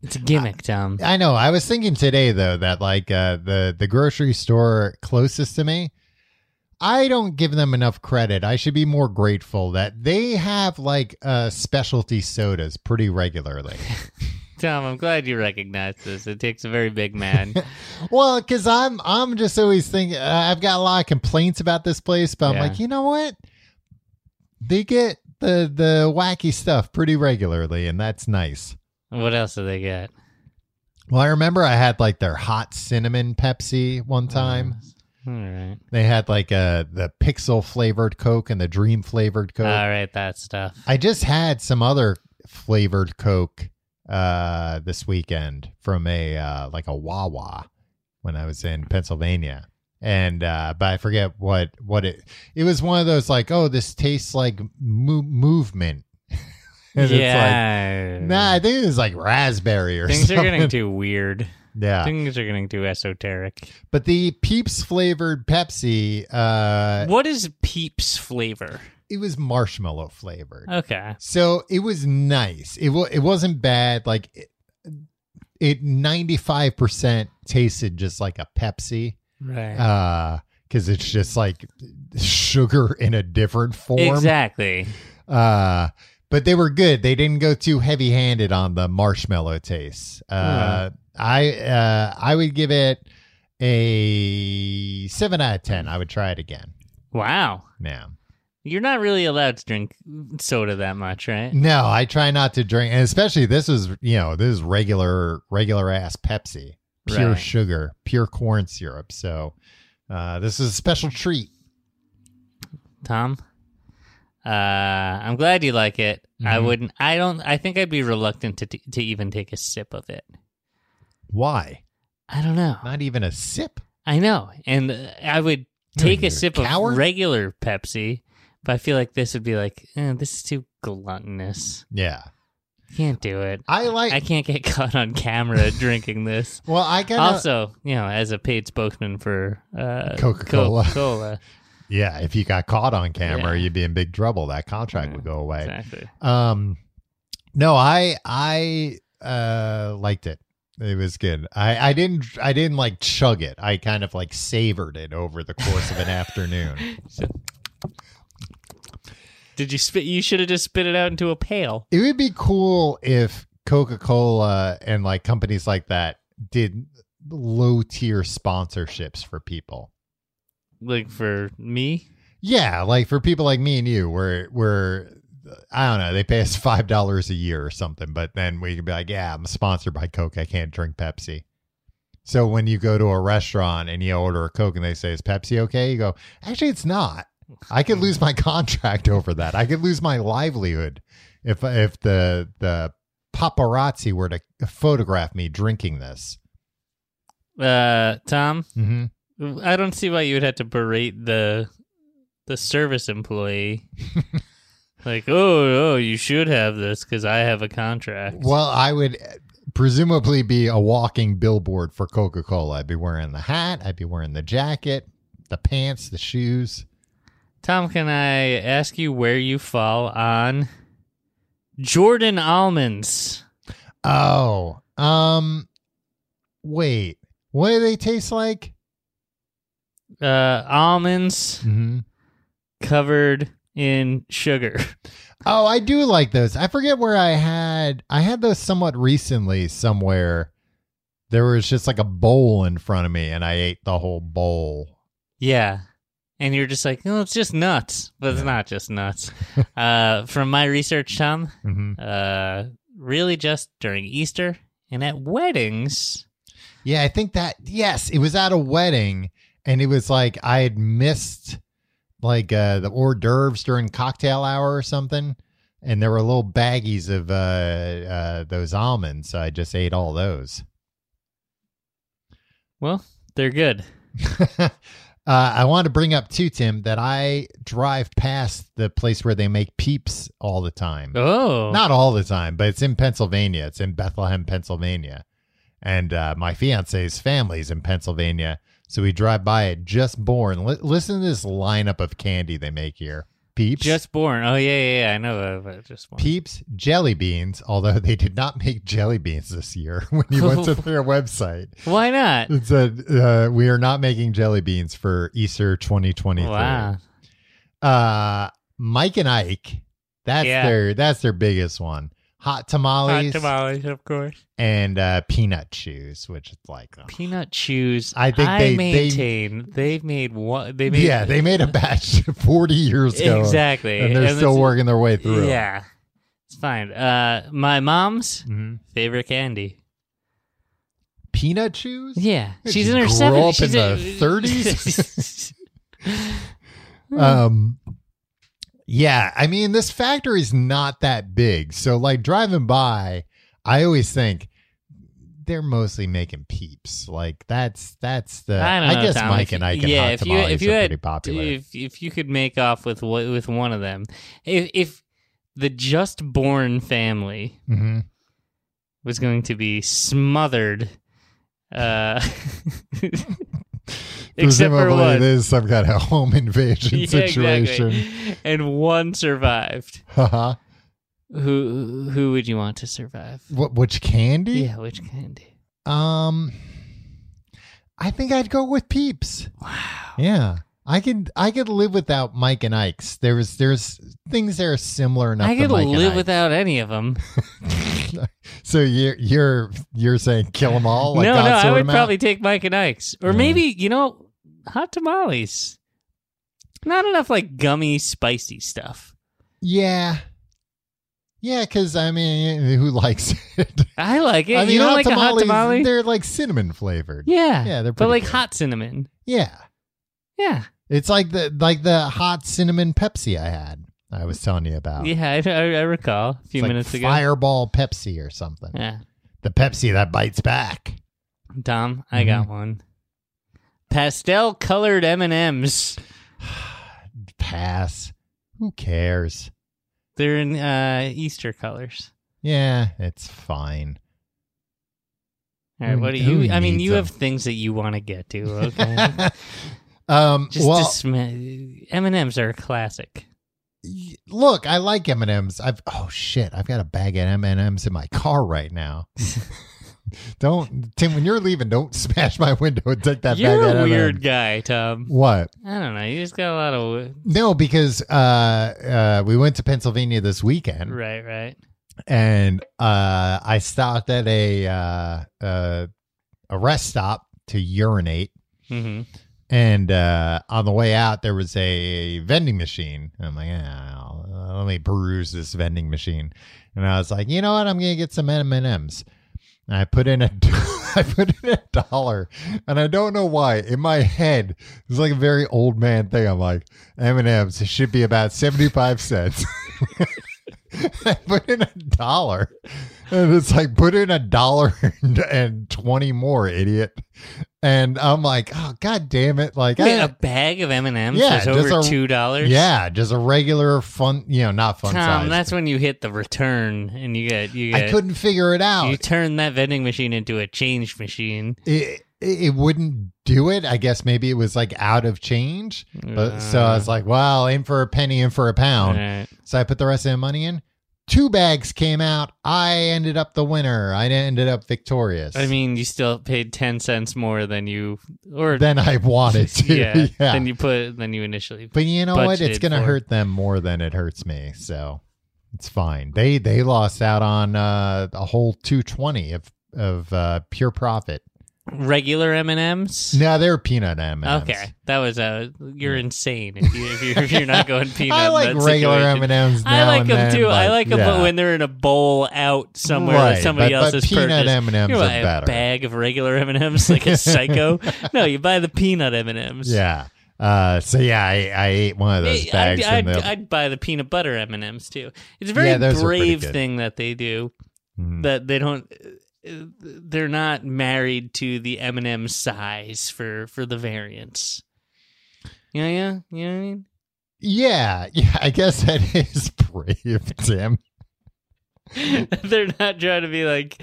Speaker 3: it's a gimmick, Tom.
Speaker 2: I know. I was thinking today though that like uh, the the grocery store closest to me, I don't give them enough credit. I should be more grateful that they have like uh, specialty sodas pretty regularly.
Speaker 3: Tom, I'm glad you recognize this. It takes a very big man.
Speaker 2: well, because I'm I'm just always thinking uh, I've got a lot of complaints about this place, but
Speaker 3: Yeah.
Speaker 2: I'm like, you know what? They get the the wacky stuff pretty regularly, and that's nice.
Speaker 3: what else do they get?
Speaker 2: Well, I remember I had like their hot cinnamon Pepsi one
Speaker 3: Mm.
Speaker 2: time.
Speaker 3: All right.
Speaker 2: They had like uh the pixel flavored Coke and the dream flavored Coke.
Speaker 3: All right, that stuff.
Speaker 2: I just had some other flavored Coke uh this weekend from a uh like a Wawa when I was in Pennsylvania. And uh but I forget what what it it was one of those like oh this tastes like mo- movement. and
Speaker 3: yeah.
Speaker 2: it's like nah, I think it was like raspberry or
Speaker 3: Things are
Speaker 2: something.
Speaker 3: getting too weird.
Speaker 2: yeah.
Speaker 3: Things are getting too esoteric.
Speaker 2: but the Peeps flavored Pepsi uh
Speaker 3: what is Peeps flavor?
Speaker 2: it was marshmallow flavored.
Speaker 3: Okay.
Speaker 2: So it was nice. It wa it wasn't bad. Like it- it ninety five percent tasted just like a Pepsi,
Speaker 3: Right.
Speaker 2: uh, because it's just like sugar in a different form.
Speaker 3: exactly.
Speaker 2: Uh, but they were good. They didn't go too heavy handed on the marshmallow taste. Uh, I uh, I would give it a seven out of ten. I would try it again.
Speaker 3: Wow.
Speaker 2: Yeah.
Speaker 3: You're not really allowed to drink soda that much, right?
Speaker 2: No, I try not to drink, and especially this is you know this is regular regular ass Pepsi, pure
Speaker 3: Right.
Speaker 2: sugar, pure corn syrup. So uh, this is a special treat.
Speaker 3: Tom. Uh, I'm glad you like it.
Speaker 2: Mm-hmm.
Speaker 3: I wouldn't. I don't. I think I'd be reluctant to t- to even take a sip of it.
Speaker 2: Why?
Speaker 3: I don't know.
Speaker 2: Not even a sip.
Speaker 3: I know, and uh, I would
Speaker 2: You're-
Speaker 3: take
Speaker 2: you're
Speaker 3: a
Speaker 2: a
Speaker 3: sip
Speaker 2: coward?
Speaker 3: of regular Pepsi, but I feel like this would be like eh, this is too gluttonous.
Speaker 2: Yeah,
Speaker 3: Can't do it.
Speaker 2: I like.
Speaker 3: I can't get caught on camera drinking this.
Speaker 2: well, I kind of.
Speaker 3: Also, you know, as a paid spokesman for uh,
Speaker 2: Coca-Cola.
Speaker 3: Coca-Cola.
Speaker 2: Yeah, if you got caught on camera,
Speaker 3: Yeah. Mm,
Speaker 2: you'd be in big trouble. That contract would go away.
Speaker 3: exactly.
Speaker 2: Um, no, I I uh liked it. It was good. I I didn't I didn't like chug it. I kind of like savored it over the course of an afternoon.
Speaker 3: Did you spit? You should have just spit it out into a pail.
Speaker 2: It would be cool if Coca Cola and like companies like that did low tier sponsorships for people.
Speaker 3: Like for me,
Speaker 2: Yeah, like for people like me and you, where where I don't know, they pay us five dollars a year or something, but then we could be like, yeah, I'm sponsored by Coke, I can't drink Pepsi. So when you go to a restaurant and you order a Coke and they say, "Is Pepsi okay?" You go, "Actually, it's not. I could lose my contract over that. I could lose my livelihood if if the the paparazzi were to photograph me drinking this."
Speaker 3: uh, Tom.
Speaker 2: hmm
Speaker 3: I don't see why you would have to berate the the service employee. like, oh, oh, you should have this because I have a contract.
Speaker 2: Well, I would eh, presumably be a walking billboard for Coca Cola. I'd be wearing the hat, I'd be wearing the jacket, the pants, the shoes.
Speaker 3: Tom, can I ask you where you fall on Jordan almonds?
Speaker 2: Oh, um, wait, what do they taste like?
Speaker 3: Uh, almonds
Speaker 2: Mm-hmm.
Speaker 3: covered in sugar.
Speaker 2: Oh, I do like those. I forget where I had I had those somewhat recently somewhere. There was just like a bowl in front of me, and I ate the whole bowl.
Speaker 3: yeah. And you're just like, oh, it's just nuts. But it's not just nuts. uh, from my research, Tom,
Speaker 2: Mm-hmm.
Speaker 3: uh, really just during Easter and at weddings.
Speaker 2: Yeah, I think that yes, it was at a wedding, and it was like I had missed like uh, the hors d'oeuvres during cocktail hour or something, and there were little baggies of uh, uh, those almonds. So I just ate all those.
Speaker 3: Well, they're good.
Speaker 2: uh, I want to bring up too, Tim, that I drive past the place where they make peeps all the time.
Speaker 3: Oh,
Speaker 2: Not all the time, but it's in Pennsylvania. It's in Bethlehem, Pennsylvania. And uh, my fiance's family's in Pennsylvania. So we drive by it just born. Li- listen to this lineup of candy they make here Peeps,
Speaker 3: just born. Oh yeah, yeah, yeah. I know. But just born.
Speaker 2: Peeps jelly beans, although they did not make jelly beans this year when you went to their website.
Speaker 3: Why not?
Speaker 2: It said, uh, We are not making jelly beans for Easter 2023.
Speaker 3: Wow.
Speaker 2: Uh, Mike and Ike. That's
Speaker 3: Yeah.
Speaker 2: their that's their biggest one. Hot
Speaker 3: Hot
Speaker 2: tamales.
Speaker 3: tamales, of course.
Speaker 2: and uh, peanut chews, which is like, um,
Speaker 3: Peanut chews.
Speaker 2: I think they- they-
Speaker 3: maintain they, have made one. They made
Speaker 2: yeah, they made a batch 40 years ago.
Speaker 3: exactly,
Speaker 2: And they're
Speaker 3: And
Speaker 2: still
Speaker 3: it's-
Speaker 2: working their way through.
Speaker 3: Yeah, it's fine. Uh, my mom's
Speaker 2: Mhm.
Speaker 3: favorite candy,
Speaker 2: peanut shoes?
Speaker 3: Yeah,
Speaker 2: Did
Speaker 3: she's
Speaker 2: you
Speaker 3: in her
Speaker 2: grow
Speaker 3: seventies.
Speaker 2: up
Speaker 3: she's
Speaker 2: in
Speaker 3: a-
Speaker 2: the 30s? Um yeah, I mean this factory's not that big. So like driving by, I always think they're mostly making peeps. Like that's that's the
Speaker 3: I don't know.
Speaker 2: guess
Speaker 3: Tom,
Speaker 2: Mike
Speaker 3: if
Speaker 2: and
Speaker 3: you-
Speaker 2: I can
Speaker 3: yeah,
Speaker 2: hot
Speaker 3: if you
Speaker 2: tamales
Speaker 3: if you
Speaker 2: are
Speaker 3: had
Speaker 2: pretty popular.
Speaker 3: if if you could make off with wh- with one of them, if if the just born family
Speaker 2: Mhm.
Speaker 3: was going to be smothered, uh, except for
Speaker 2: Presumably it
Speaker 3: one,
Speaker 2: is some kind of home invasion
Speaker 3: Yeah,
Speaker 2: situation.
Speaker 3: exactly. and one survived.
Speaker 2: Haha.
Speaker 3: Who who would you want to survive?
Speaker 2: what which candy?
Speaker 3: Yeah, which candy?
Speaker 2: Um, I think I'd go with Peeps. Wow. Yeah, I could I could live without Mike and Ike's. There's there's things that are similar enough.
Speaker 3: I
Speaker 2: to
Speaker 3: could
Speaker 2: Mike and
Speaker 3: live
Speaker 2: Ike's.
Speaker 3: without any of them.
Speaker 2: So you're you're you're saying kill them all? Oh, Like
Speaker 3: no,
Speaker 2: God
Speaker 3: no,
Speaker 2: sort
Speaker 3: I
Speaker 2: 'em
Speaker 3: would
Speaker 2: out?
Speaker 3: probably take Mike and Ike's, or
Speaker 2: Yeah.
Speaker 3: maybe you know, hot tamales. Not enough like gummy, spicy stuff.
Speaker 2: Yeah. Yeah, because I mean, who likes it?
Speaker 3: I like it.
Speaker 2: I mean,
Speaker 3: you don't
Speaker 2: hot
Speaker 3: like a hot
Speaker 2: tamales,
Speaker 3: tamale?
Speaker 2: They're like cinnamon flavored.
Speaker 3: Yeah,
Speaker 2: Yeah, they're
Speaker 3: but
Speaker 2: pretty
Speaker 3: like
Speaker 2: good.
Speaker 3: hot cinnamon.
Speaker 2: Yeah.
Speaker 3: Yeah,
Speaker 2: It's like the like the hot cinnamon Pepsi I had. I was telling you about.
Speaker 3: yeah, I, I, I recall
Speaker 2: Oh.
Speaker 3: a few
Speaker 2: It's like
Speaker 3: minutes ago.
Speaker 2: Fireball Pepsi or something.
Speaker 3: Yeah,
Speaker 2: The Pepsi that bites back.
Speaker 3: Tom, I
Speaker 2: Mm-hmm.
Speaker 3: got one. Pastel colored M and M's.
Speaker 2: Pass. Who cares?
Speaker 3: They're in uh, Easter colors.
Speaker 2: Yeah, it's fine.
Speaker 3: All right,
Speaker 2: Who-
Speaker 3: what do
Speaker 2: Mm, who
Speaker 3: you? I mean,
Speaker 2: needs
Speaker 3: you
Speaker 2: them?
Speaker 3: have things that you want to get to. Okay,
Speaker 2: Um,
Speaker 3: just
Speaker 2: well,
Speaker 3: dismiss. M and M's are a classic.
Speaker 2: y- look, I like M and M's. I've oh shit, I've got a bag of M and M's in my car right now. don't Tim, when you're leaving, don't smash my window and take that
Speaker 3: You're
Speaker 2: bag.
Speaker 3: a
Speaker 2: of
Speaker 3: weird
Speaker 2: M&Ms.
Speaker 3: guy, Tom.
Speaker 2: What?
Speaker 3: I don't know. You just got a lot of
Speaker 2: No, because uh, uh, we went to Pennsylvania this weekend,
Speaker 3: right, right.
Speaker 2: and uh, I stopped at a uh, uh, a rest stop to urinate. Mm-hmm.
Speaker 3: hmm
Speaker 2: And uh, on the way out, there was a vending machine. And I'm like, "Ah, let me peruse this vending machine. And I was like, you know what? I'm gonna get some M and M's. And I put in a, I put in a dollar, and I don't know why. In my head, it's like a very old man thing. I'm like, M and M's it should be about seventy five cents. I put in a dollar, and it's like put in a dollar and, and twenty more, idiot. And I'm like, oh god damn it! Like,
Speaker 3: Wait,
Speaker 2: I,
Speaker 3: a bag of M and M's
Speaker 2: Yeah,
Speaker 3: was
Speaker 2: just
Speaker 3: over
Speaker 2: a-
Speaker 3: two dollars.
Speaker 2: yeah, just a regular fun, you know, not
Speaker 3: Tom.
Speaker 2: fun size.
Speaker 3: That's when you hit the return, and you get you get.
Speaker 2: I couldn't figure it out.
Speaker 3: You turn that vending machine into a change machine.
Speaker 2: it it it wouldn't do it. I guess maybe it was like out of change. But so I was like, well, in for a penny, in for a
Speaker 3: All
Speaker 2: pound.
Speaker 3: right.
Speaker 2: So I put the rest of the money in. Two bags came out. I ended up the winner. I ended up victorious.
Speaker 3: I mean, you still paid ten cents more than you or
Speaker 2: than I wanted to.
Speaker 3: yeah,
Speaker 2: yeah.
Speaker 3: than you put than you initially.
Speaker 2: but you know what? It's
Speaker 3: budgeted
Speaker 2: gonna
Speaker 3: for.
Speaker 2: hurt them more than it hurts me. So it's fine. They they lost out on uh, a whole two twenty of of uh, pure profit.
Speaker 3: Regular M and M's.
Speaker 2: No, they're peanut M.
Speaker 3: Okay, that was a you're insane if, you, if, you're, if you're not going peanut.
Speaker 2: I
Speaker 3: in
Speaker 2: like
Speaker 3: that
Speaker 2: regular
Speaker 3: situation.
Speaker 2: M and M's.
Speaker 3: I like them too. I like them when they're in a bowl out somewhere that
Speaker 2: Right,
Speaker 3: somebody
Speaker 2: but-
Speaker 3: else
Speaker 2: but
Speaker 3: has
Speaker 2: peanut
Speaker 3: purchased.
Speaker 2: M&Ms
Speaker 3: you don't
Speaker 2: are
Speaker 3: buy a
Speaker 2: better.
Speaker 3: bag of regular M and M's like a psycho. no, you buy the peanut M and M's.
Speaker 2: Yeah. Uh, so yeah, I, I ate one of those
Speaker 3: I'd,
Speaker 2: bags.
Speaker 3: I'd,
Speaker 2: and the-
Speaker 3: I'd buy the peanut butter M and M's too. It's a very
Speaker 2: Yeah, those are pretty
Speaker 3: brave
Speaker 2: good.
Speaker 3: thing that they do.
Speaker 2: Mm.
Speaker 3: That they don't, uh, they're not married to the M and M size for for the variants. Yeah, yeah, you know what I mean.
Speaker 2: yeah, yeah. I guess that is brave, Tim.
Speaker 3: They're not trying to be like,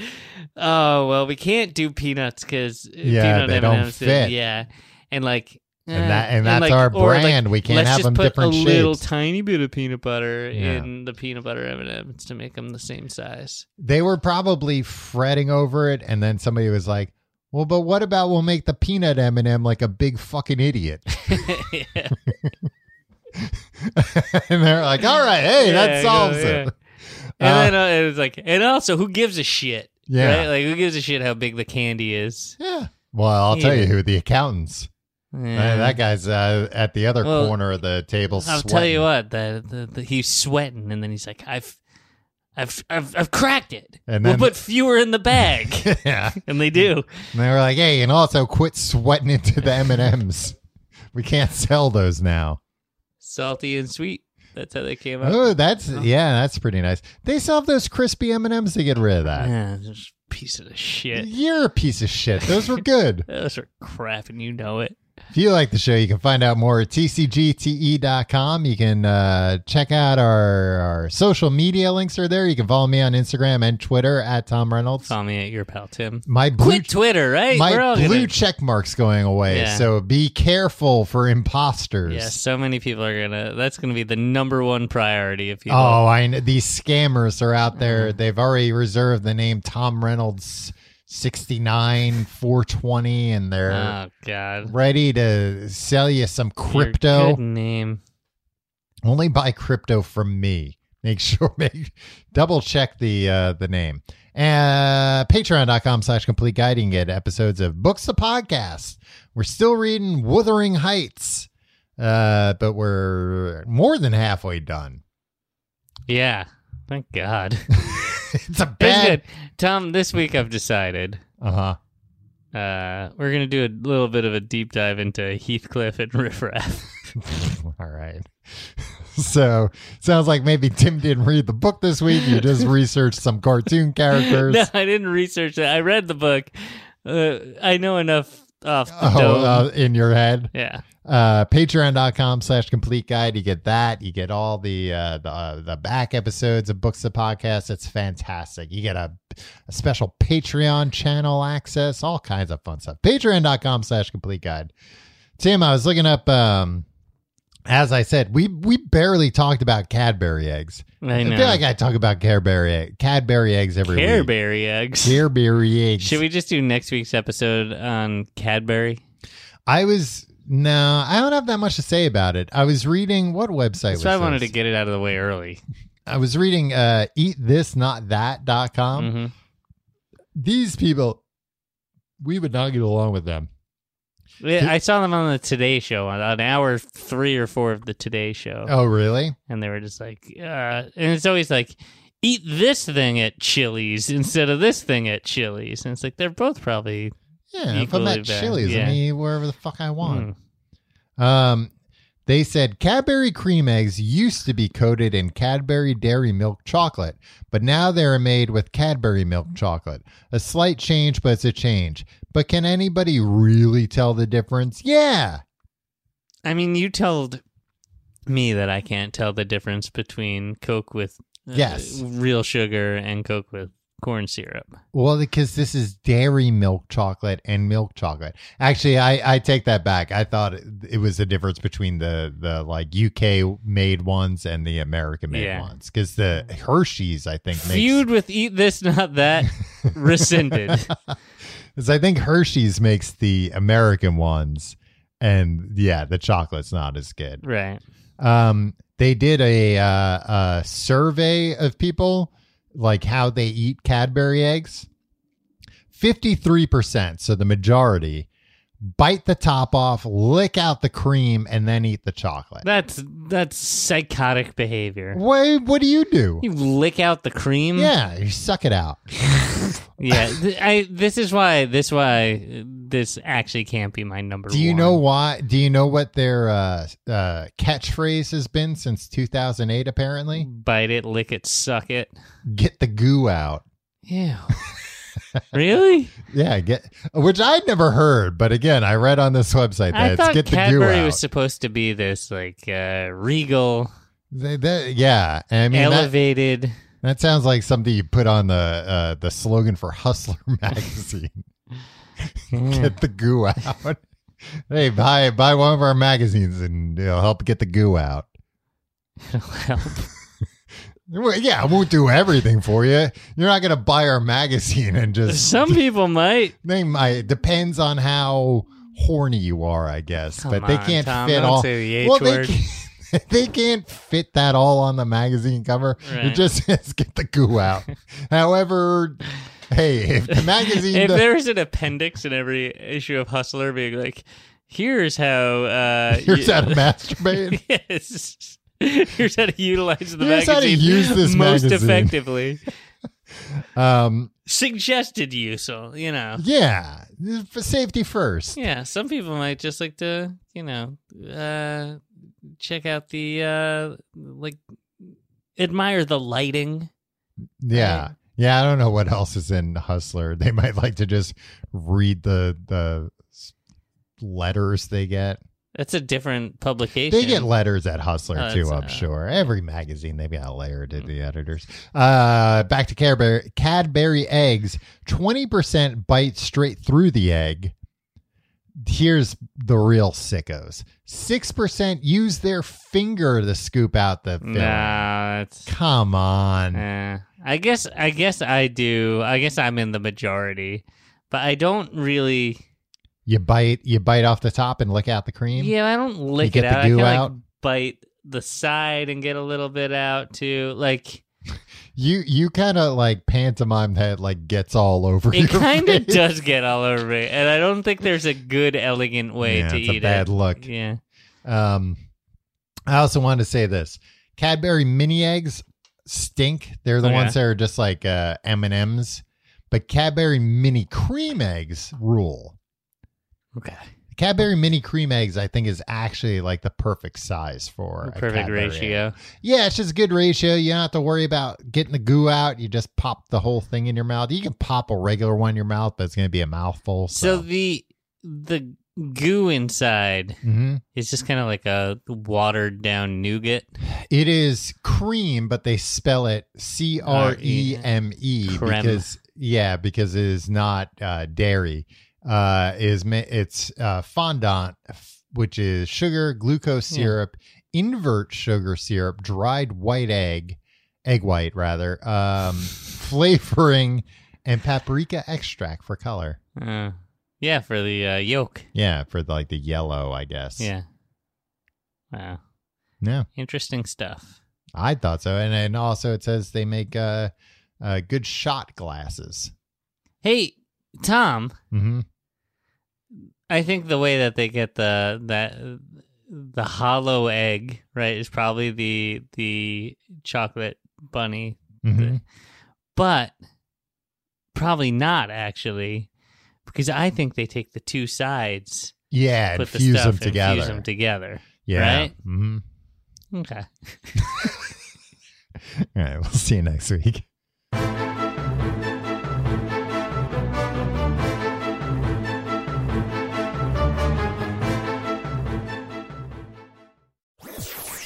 Speaker 3: oh well, we can't do peanuts because
Speaker 2: Yeah,
Speaker 3: peanut
Speaker 2: they don't
Speaker 3: M&Ms is-
Speaker 2: fit.
Speaker 3: Yeah, and like, eh,
Speaker 2: And that and that's
Speaker 3: like-
Speaker 2: our
Speaker 3: or, like,
Speaker 2: brand. we can't
Speaker 3: let's
Speaker 2: have
Speaker 3: just
Speaker 2: them
Speaker 3: put
Speaker 2: different
Speaker 3: a little
Speaker 2: shapes.
Speaker 3: tiny bit of peanut butter
Speaker 2: Yeah.
Speaker 3: in the peanut butter M and M's to make them the same size.
Speaker 2: they were probably fretting over it, and then somebody was like, "Well, but what about we'll make the peanut M and m like a big fucking idiot?"
Speaker 3: Yeah.
Speaker 2: and they're like, "All right, hey,
Speaker 3: Yeah,
Speaker 2: that solves
Speaker 3: yeah.
Speaker 2: it."
Speaker 3: And
Speaker 2: Uh,
Speaker 3: then uh, it was like, and also, who gives a shit?
Speaker 2: Yeah.
Speaker 3: right? like who gives a shit how big the candy is?
Speaker 2: Yeah. Well, I'll tell
Speaker 3: Yeah.
Speaker 2: you who the accountants. Uh,
Speaker 3: Yeah.
Speaker 2: that guy's uh, at the other
Speaker 3: Well,
Speaker 2: corner of the table.
Speaker 3: I'll
Speaker 2: sweating.
Speaker 3: tell you what, the, the, the, he's sweating, and then he's like, "I've, I've, I've, I've cracked it.
Speaker 2: And
Speaker 3: we'll
Speaker 2: then-
Speaker 3: put fewer in the bag.
Speaker 2: yeah.
Speaker 3: and they do.
Speaker 2: And they were like, "Hey, and also quit sweating into the M and M's. We can't sell those now."
Speaker 3: Salty and sweet. That's how they came up.
Speaker 2: Oh, that's yeah, that's pretty nice. They still have those crispy M and M's to get rid of that.
Speaker 3: Yeah, just piece of shit.
Speaker 2: You're a piece of shit. Those were good.
Speaker 3: Those are crap, and you know it.
Speaker 2: If you like the show, you can find out more at tcgte.com. E You can uh, check out our, our social media links are there. You can follow me on Instagram and Twitter at Tom Reynolds.
Speaker 3: Call me at your pal Tim.
Speaker 2: My blue,
Speaker 3: Quit Twitter, right?
Speaker 2: my
Speaker 3: We're all
Speaker 2: blue
Speaker 3: gonna-
Speaker 2: check mark's going away,
Speaker 3: Yeah.
Speaker 2: so be careful for imposters.
Speaker 3: Yeah, so many people are gonna. That's gonna be the number one priority of people.
Speaker 2: Oh, I know. These scammers are out there. They've already reserved the name Tom Reynolds 69 420 and they're
Speaker 3: Oh, God.
Speaker 2: ready to sell you some
Speaker 3: Your
Speaker 2: crypto.
Speaker 3: good name.
Speaker 2: Only buy crypto from me. Make sure make double check the uh, the name. Uh, Patreon.com slash complete guide. You can get episodes of Books the Podcast. We're still reading Wuthering Heights. Uh, but we're more than halfway done.
Speaker 3: Yeah. Thank God.
Speaker 2: It's a
Speaker 3: That's good.
Speaker 2: bad
Speaker 3: Tom, this week I've decided
Speaker 2: uh-huh.
Speaker 3: uh, we're going to do a little bit of a deep dive into Heathcliff and Riff Raff.
Speaker 2: All right. So sounds like maybe Tim didn't read the book this week. You just researched some cartoon characters.
Speaker 3: no, I didn't research that. I read the book. Uh, I know enough off the
Speaker 2: Oh,
Speaker 3: dome.
Speaker 2: uh, in your head.
Speaker 3: yeah.
Speaker 2: uh patreon.com slash complete guide you get that you get all the uh the, uh, the back episodes of books the podcast it's fantastic you get a, a special patreon channel access all kinds of fun stuff patreon.com slash complete guide tim i was looking up um as i said we we barely talked about cadbury eggs
Speaker 3: I know.
Speaker 2: feel like i talk about cadbury cadbury eggs every week
Speaker 3: Careberry eggs.
Speaker 2: cadbury eggs
Speaker 3: Should we just do next week's episode on Cadbury?
Speaker 2: i was no, I don't have that much to say about it. I was reading what website was
Speaker 3: That's why I wanted
Speaker 2: this?
Speaker 3: to get it out of the way early.
Speaker 2: I was reading uh eatthisnotthat.com.
Speaker 3: Mhm.
Speaker 2: These people we would not get along with them.
Speaker 3: Yeah, I saw them on the Today Show on, on hour three or four of the Today Show,
Speaker 2: Oh really?
Speaker 3: and they were just like, uh, and it's always like, eat this thing at Chili's instead of this thing at Chili's, and it's like they're both probably
Speaker 2: Yeah, if I'm
Speaker 3: Equally
Speaker 2: at
Speaker 3: bad,
Speaker 2: Chili's,
Speaker 3: yeah.
Speaker 2: I can eat wherever the fuck I
Speaker 3: hmm.
Speaker 2: want. Um they said Cadbury cream eggs used to be coated in Cadbury dairy milk chocolate, but now they are made with Cadbury milk chocolate. A slight change, but it's a change. But can anybody really tell the difference? Yeah.
Speaker 3: I mean, you told me that I can't tell the difference between Coke with uh,
Speaker 2: Yes.
Speaker 3: real sugar and Coke with corn syrup.
Speaker 2: Well, because this is dairy milk chocolate and milk chocolate. Actually, I, I take that back. I thought it, it was the difference between the, the like UK made ones and the American made
Speaker 3: Yeah.
Speaker 2: ones. Because the Hershey's, I think,
Speaker 3: Feud with eat this, not that. Rescinded.
Speaker 2: because I think Hershey's makes the American ones, and yeah, the chocolate's not as good.
Speaker 3: Right.
Speaker 2: Um, they did a uh, a survey of people like how they eat Cadbury eggs. Fifty three percent, so the majority, bite the top off, lick out the cream, and then eat the chocolate.
Speaker 3: That's that's psychotic behavior.
Speaker 2: What What do you do?
Speaker 3: You lick out the cream.
Speaker 2: yeah, you suck it out.
Speaker 3: yeah. th- I. This is why. This why. uh, This actually can't be my number.
Speaker 2: Do you
Speaker 3: one.
Speaker 2: know why? Do you know what their uh, uh, catchphrase has been since two thousand eight? Apparently,
Speaker 3: Bite it, lick it, suck it.
Speaker 2: get the goo out.
Speaker 3: Ew. really?
Speaker 2: Yeah, get which I'd never heard, but again, I read on this website that
Speaker 3: I
Speaker 2: it's
Speaker 3: thought
Speaker 2: get the goo
Speaker 3: Cadbury
Speaker 2: out.
Speaker 3: was supposed to be this like uh, regal,
Speaker 2: They- they- yeah, and I mean that,
Speaker 3: elevated.
Speaker 2: that sounds like something you put on the uh, the slogan for Hustler magazine.
Speaker 3: Hmm.
Speaker 2: get the goo out. hey, buy buy one of our magazines and it'll help get the goo out.
Speaker 3: Well,
Speaker 2: Well, yeah, I won't do everything for you. You're not gonna buy our magazine and just
Speaker 3: some people might.
Speaker 2: They might depends on how horny you are, I guess.
Speaker 3: Come
Speaker 2: but they
Speaker 3: on,
Speaker 2: can't
Speaker 3: Tom,
Speaker 2: fit
Speaker 3: don't
Speaker 2: all.
Speaker 3: say the H
Speaker 2: well, they
Speaker 3: word.
Speaker 2: can't, they can't fit that all on the magazine cover.
Speaker 3: Right.
Speaker 2: It just says "get the goo out." However, hey, if the magazine
Speaker 3: If
Speaker 2: does-
Speaker 3: there was an appendix in every issue of Hustler, being like, "Here's how," uh,
Speaker 2: here's
Speaker 3: you-
Speaker 2: how to masturbate,
Speaker 3: yes. Here's how to utilize the
Speaker 2: Here's how to
Speaker 3: magazine
Speaker 2: use this
Speaker 3: most
Speaker 2: magazine.
Speaker 3: effectively.
Speaker 2: Um,
Speaker 3: Suggested use, so you know.
Speaker 2: yeah, for safety first.
Speaker 3: Yeah, some people might just like to, you know, uh, check out the uh, like admire the lighting.
Speaker 2: Yeah.
Speaker 3: Right.
Speaker 2: Yeah, I don't know what else is in Hustler. They might like to just read the the s- letters they get.
Speaker 3: That's a different publication.
Speaker 2: They get letters at Hustler
Speaker 3: Oh,
Speaker 2: too,
Speaker 3: that's,
Speaker 2: I'm
Speaker 3: uh, Mm.
Speaker 2: sure. Every magazine they've got a letter to the editors. Uh back to Cadbury, Cadbury eggs. 20% bite straight through the egg. Here's the real sickos. 6% use their finger to scoop out the film.
Speaker 3: Nah, that's.
Speaker 2: Come on.
Speaker 3: Eh. I guess I guess I do. I guess I'm in the majority, but I don't really.
Speaker 2: You bite you bite off the top and lick out the cream.
Speaker 3: Yeah, I don't lick
Speaker 2: get
Speaker 3: it
Speaker 2: the
Speaker 3: out. I
Speaker 2: goo
Speaker 3: can like
Speaker 2: out?
Speaker 3: bite the side and get a little bit out too. Like
Speaker 2: You you kind of like pantomime that like gets all over
Speaker 3: it
Speaker 2: your
Speaker 3: kind of
Speaker 2: face.
Speaker 3: does get all over me, and I don't think there's a good elegant way
Speaker 2: Yeah,
Speaker 3: to
Speaker 2: it's a
Speaker 3: eat
Speaker 2: bad
Speaker 3: it.
Speaker 2: look.
Speaker 3: Yeah,
Speaker 2: Um, I also wanted to say this: Cadbury mini eggs stink. They're the
Speaker 3: Okay.
Speaker 2: ones that are just like uh, M and M's, but Cadbury mini cream eggs rule.
Speaker 3: okay,
Speaker 2: Cadbury mini cream eggs, I think, is actually like the perfect size for a
Speaker 3: perfect
Speaker 2: Cadbury egg.
Speaker 3: ratio.
Speaker 2: Yeah, it's just a good ratio. You don't have to worry about getting the goo out. You just pop the whole thing in your mouth. You can pop a regular one in your mouth, but it's going to be a mouthful.
Speaker 3: So
Speaker 2: So,
Speaker 3: the the goo inside
Speaker 2: Mhm.
Speaker 3: is just kind of like a watered down nougat.
Speaker 2: It is cream, but they spell it C R E M E
Speaker 3: Uh, Creme.
Speaker 2: because yeah, because it is not uh, dairy. Uh, is ma- it's uh, fondant, f- which is sugar, glucose
Speaker 3: Yeah.
Speaker 2: syrup, invert sugar syrup, dried white egg, egg white rather, um, flavoring, and paprika extract for color.
Speaker 3: Uh, yeah, for the uh, yolk.
Speaker 2: Yeah, for like the yellow, I guess.
Speaker 3: Yeah. Wow.
Speaker 2: yeah.
Speaker 3: Interesting stuff.
Speaker 2: I thought so, and and also it says they make uh, uh good shot glasses.
Speaker 3: Hey, Tom,
Speaker 2: hmm
Speaker 3: I think the way that they get the that the hollow egg, right, is probably the the chocolate bunny.
Speaker 2: hmm
Speaker 3: But probably not actually because I think they take the two sides,
Speaker 2: Yeah, and
Speaker 3: put the
Speaker 2: fuse
Speaker 3: stuff
Speaker 2: them together.
Speaker 3: and fuse them together.
Speaker 2: yeah.
Speaker 3: right?
Speaker 2: hmm
Speaker 3: Okay.
Speaker 2: All right. We'll see you next week.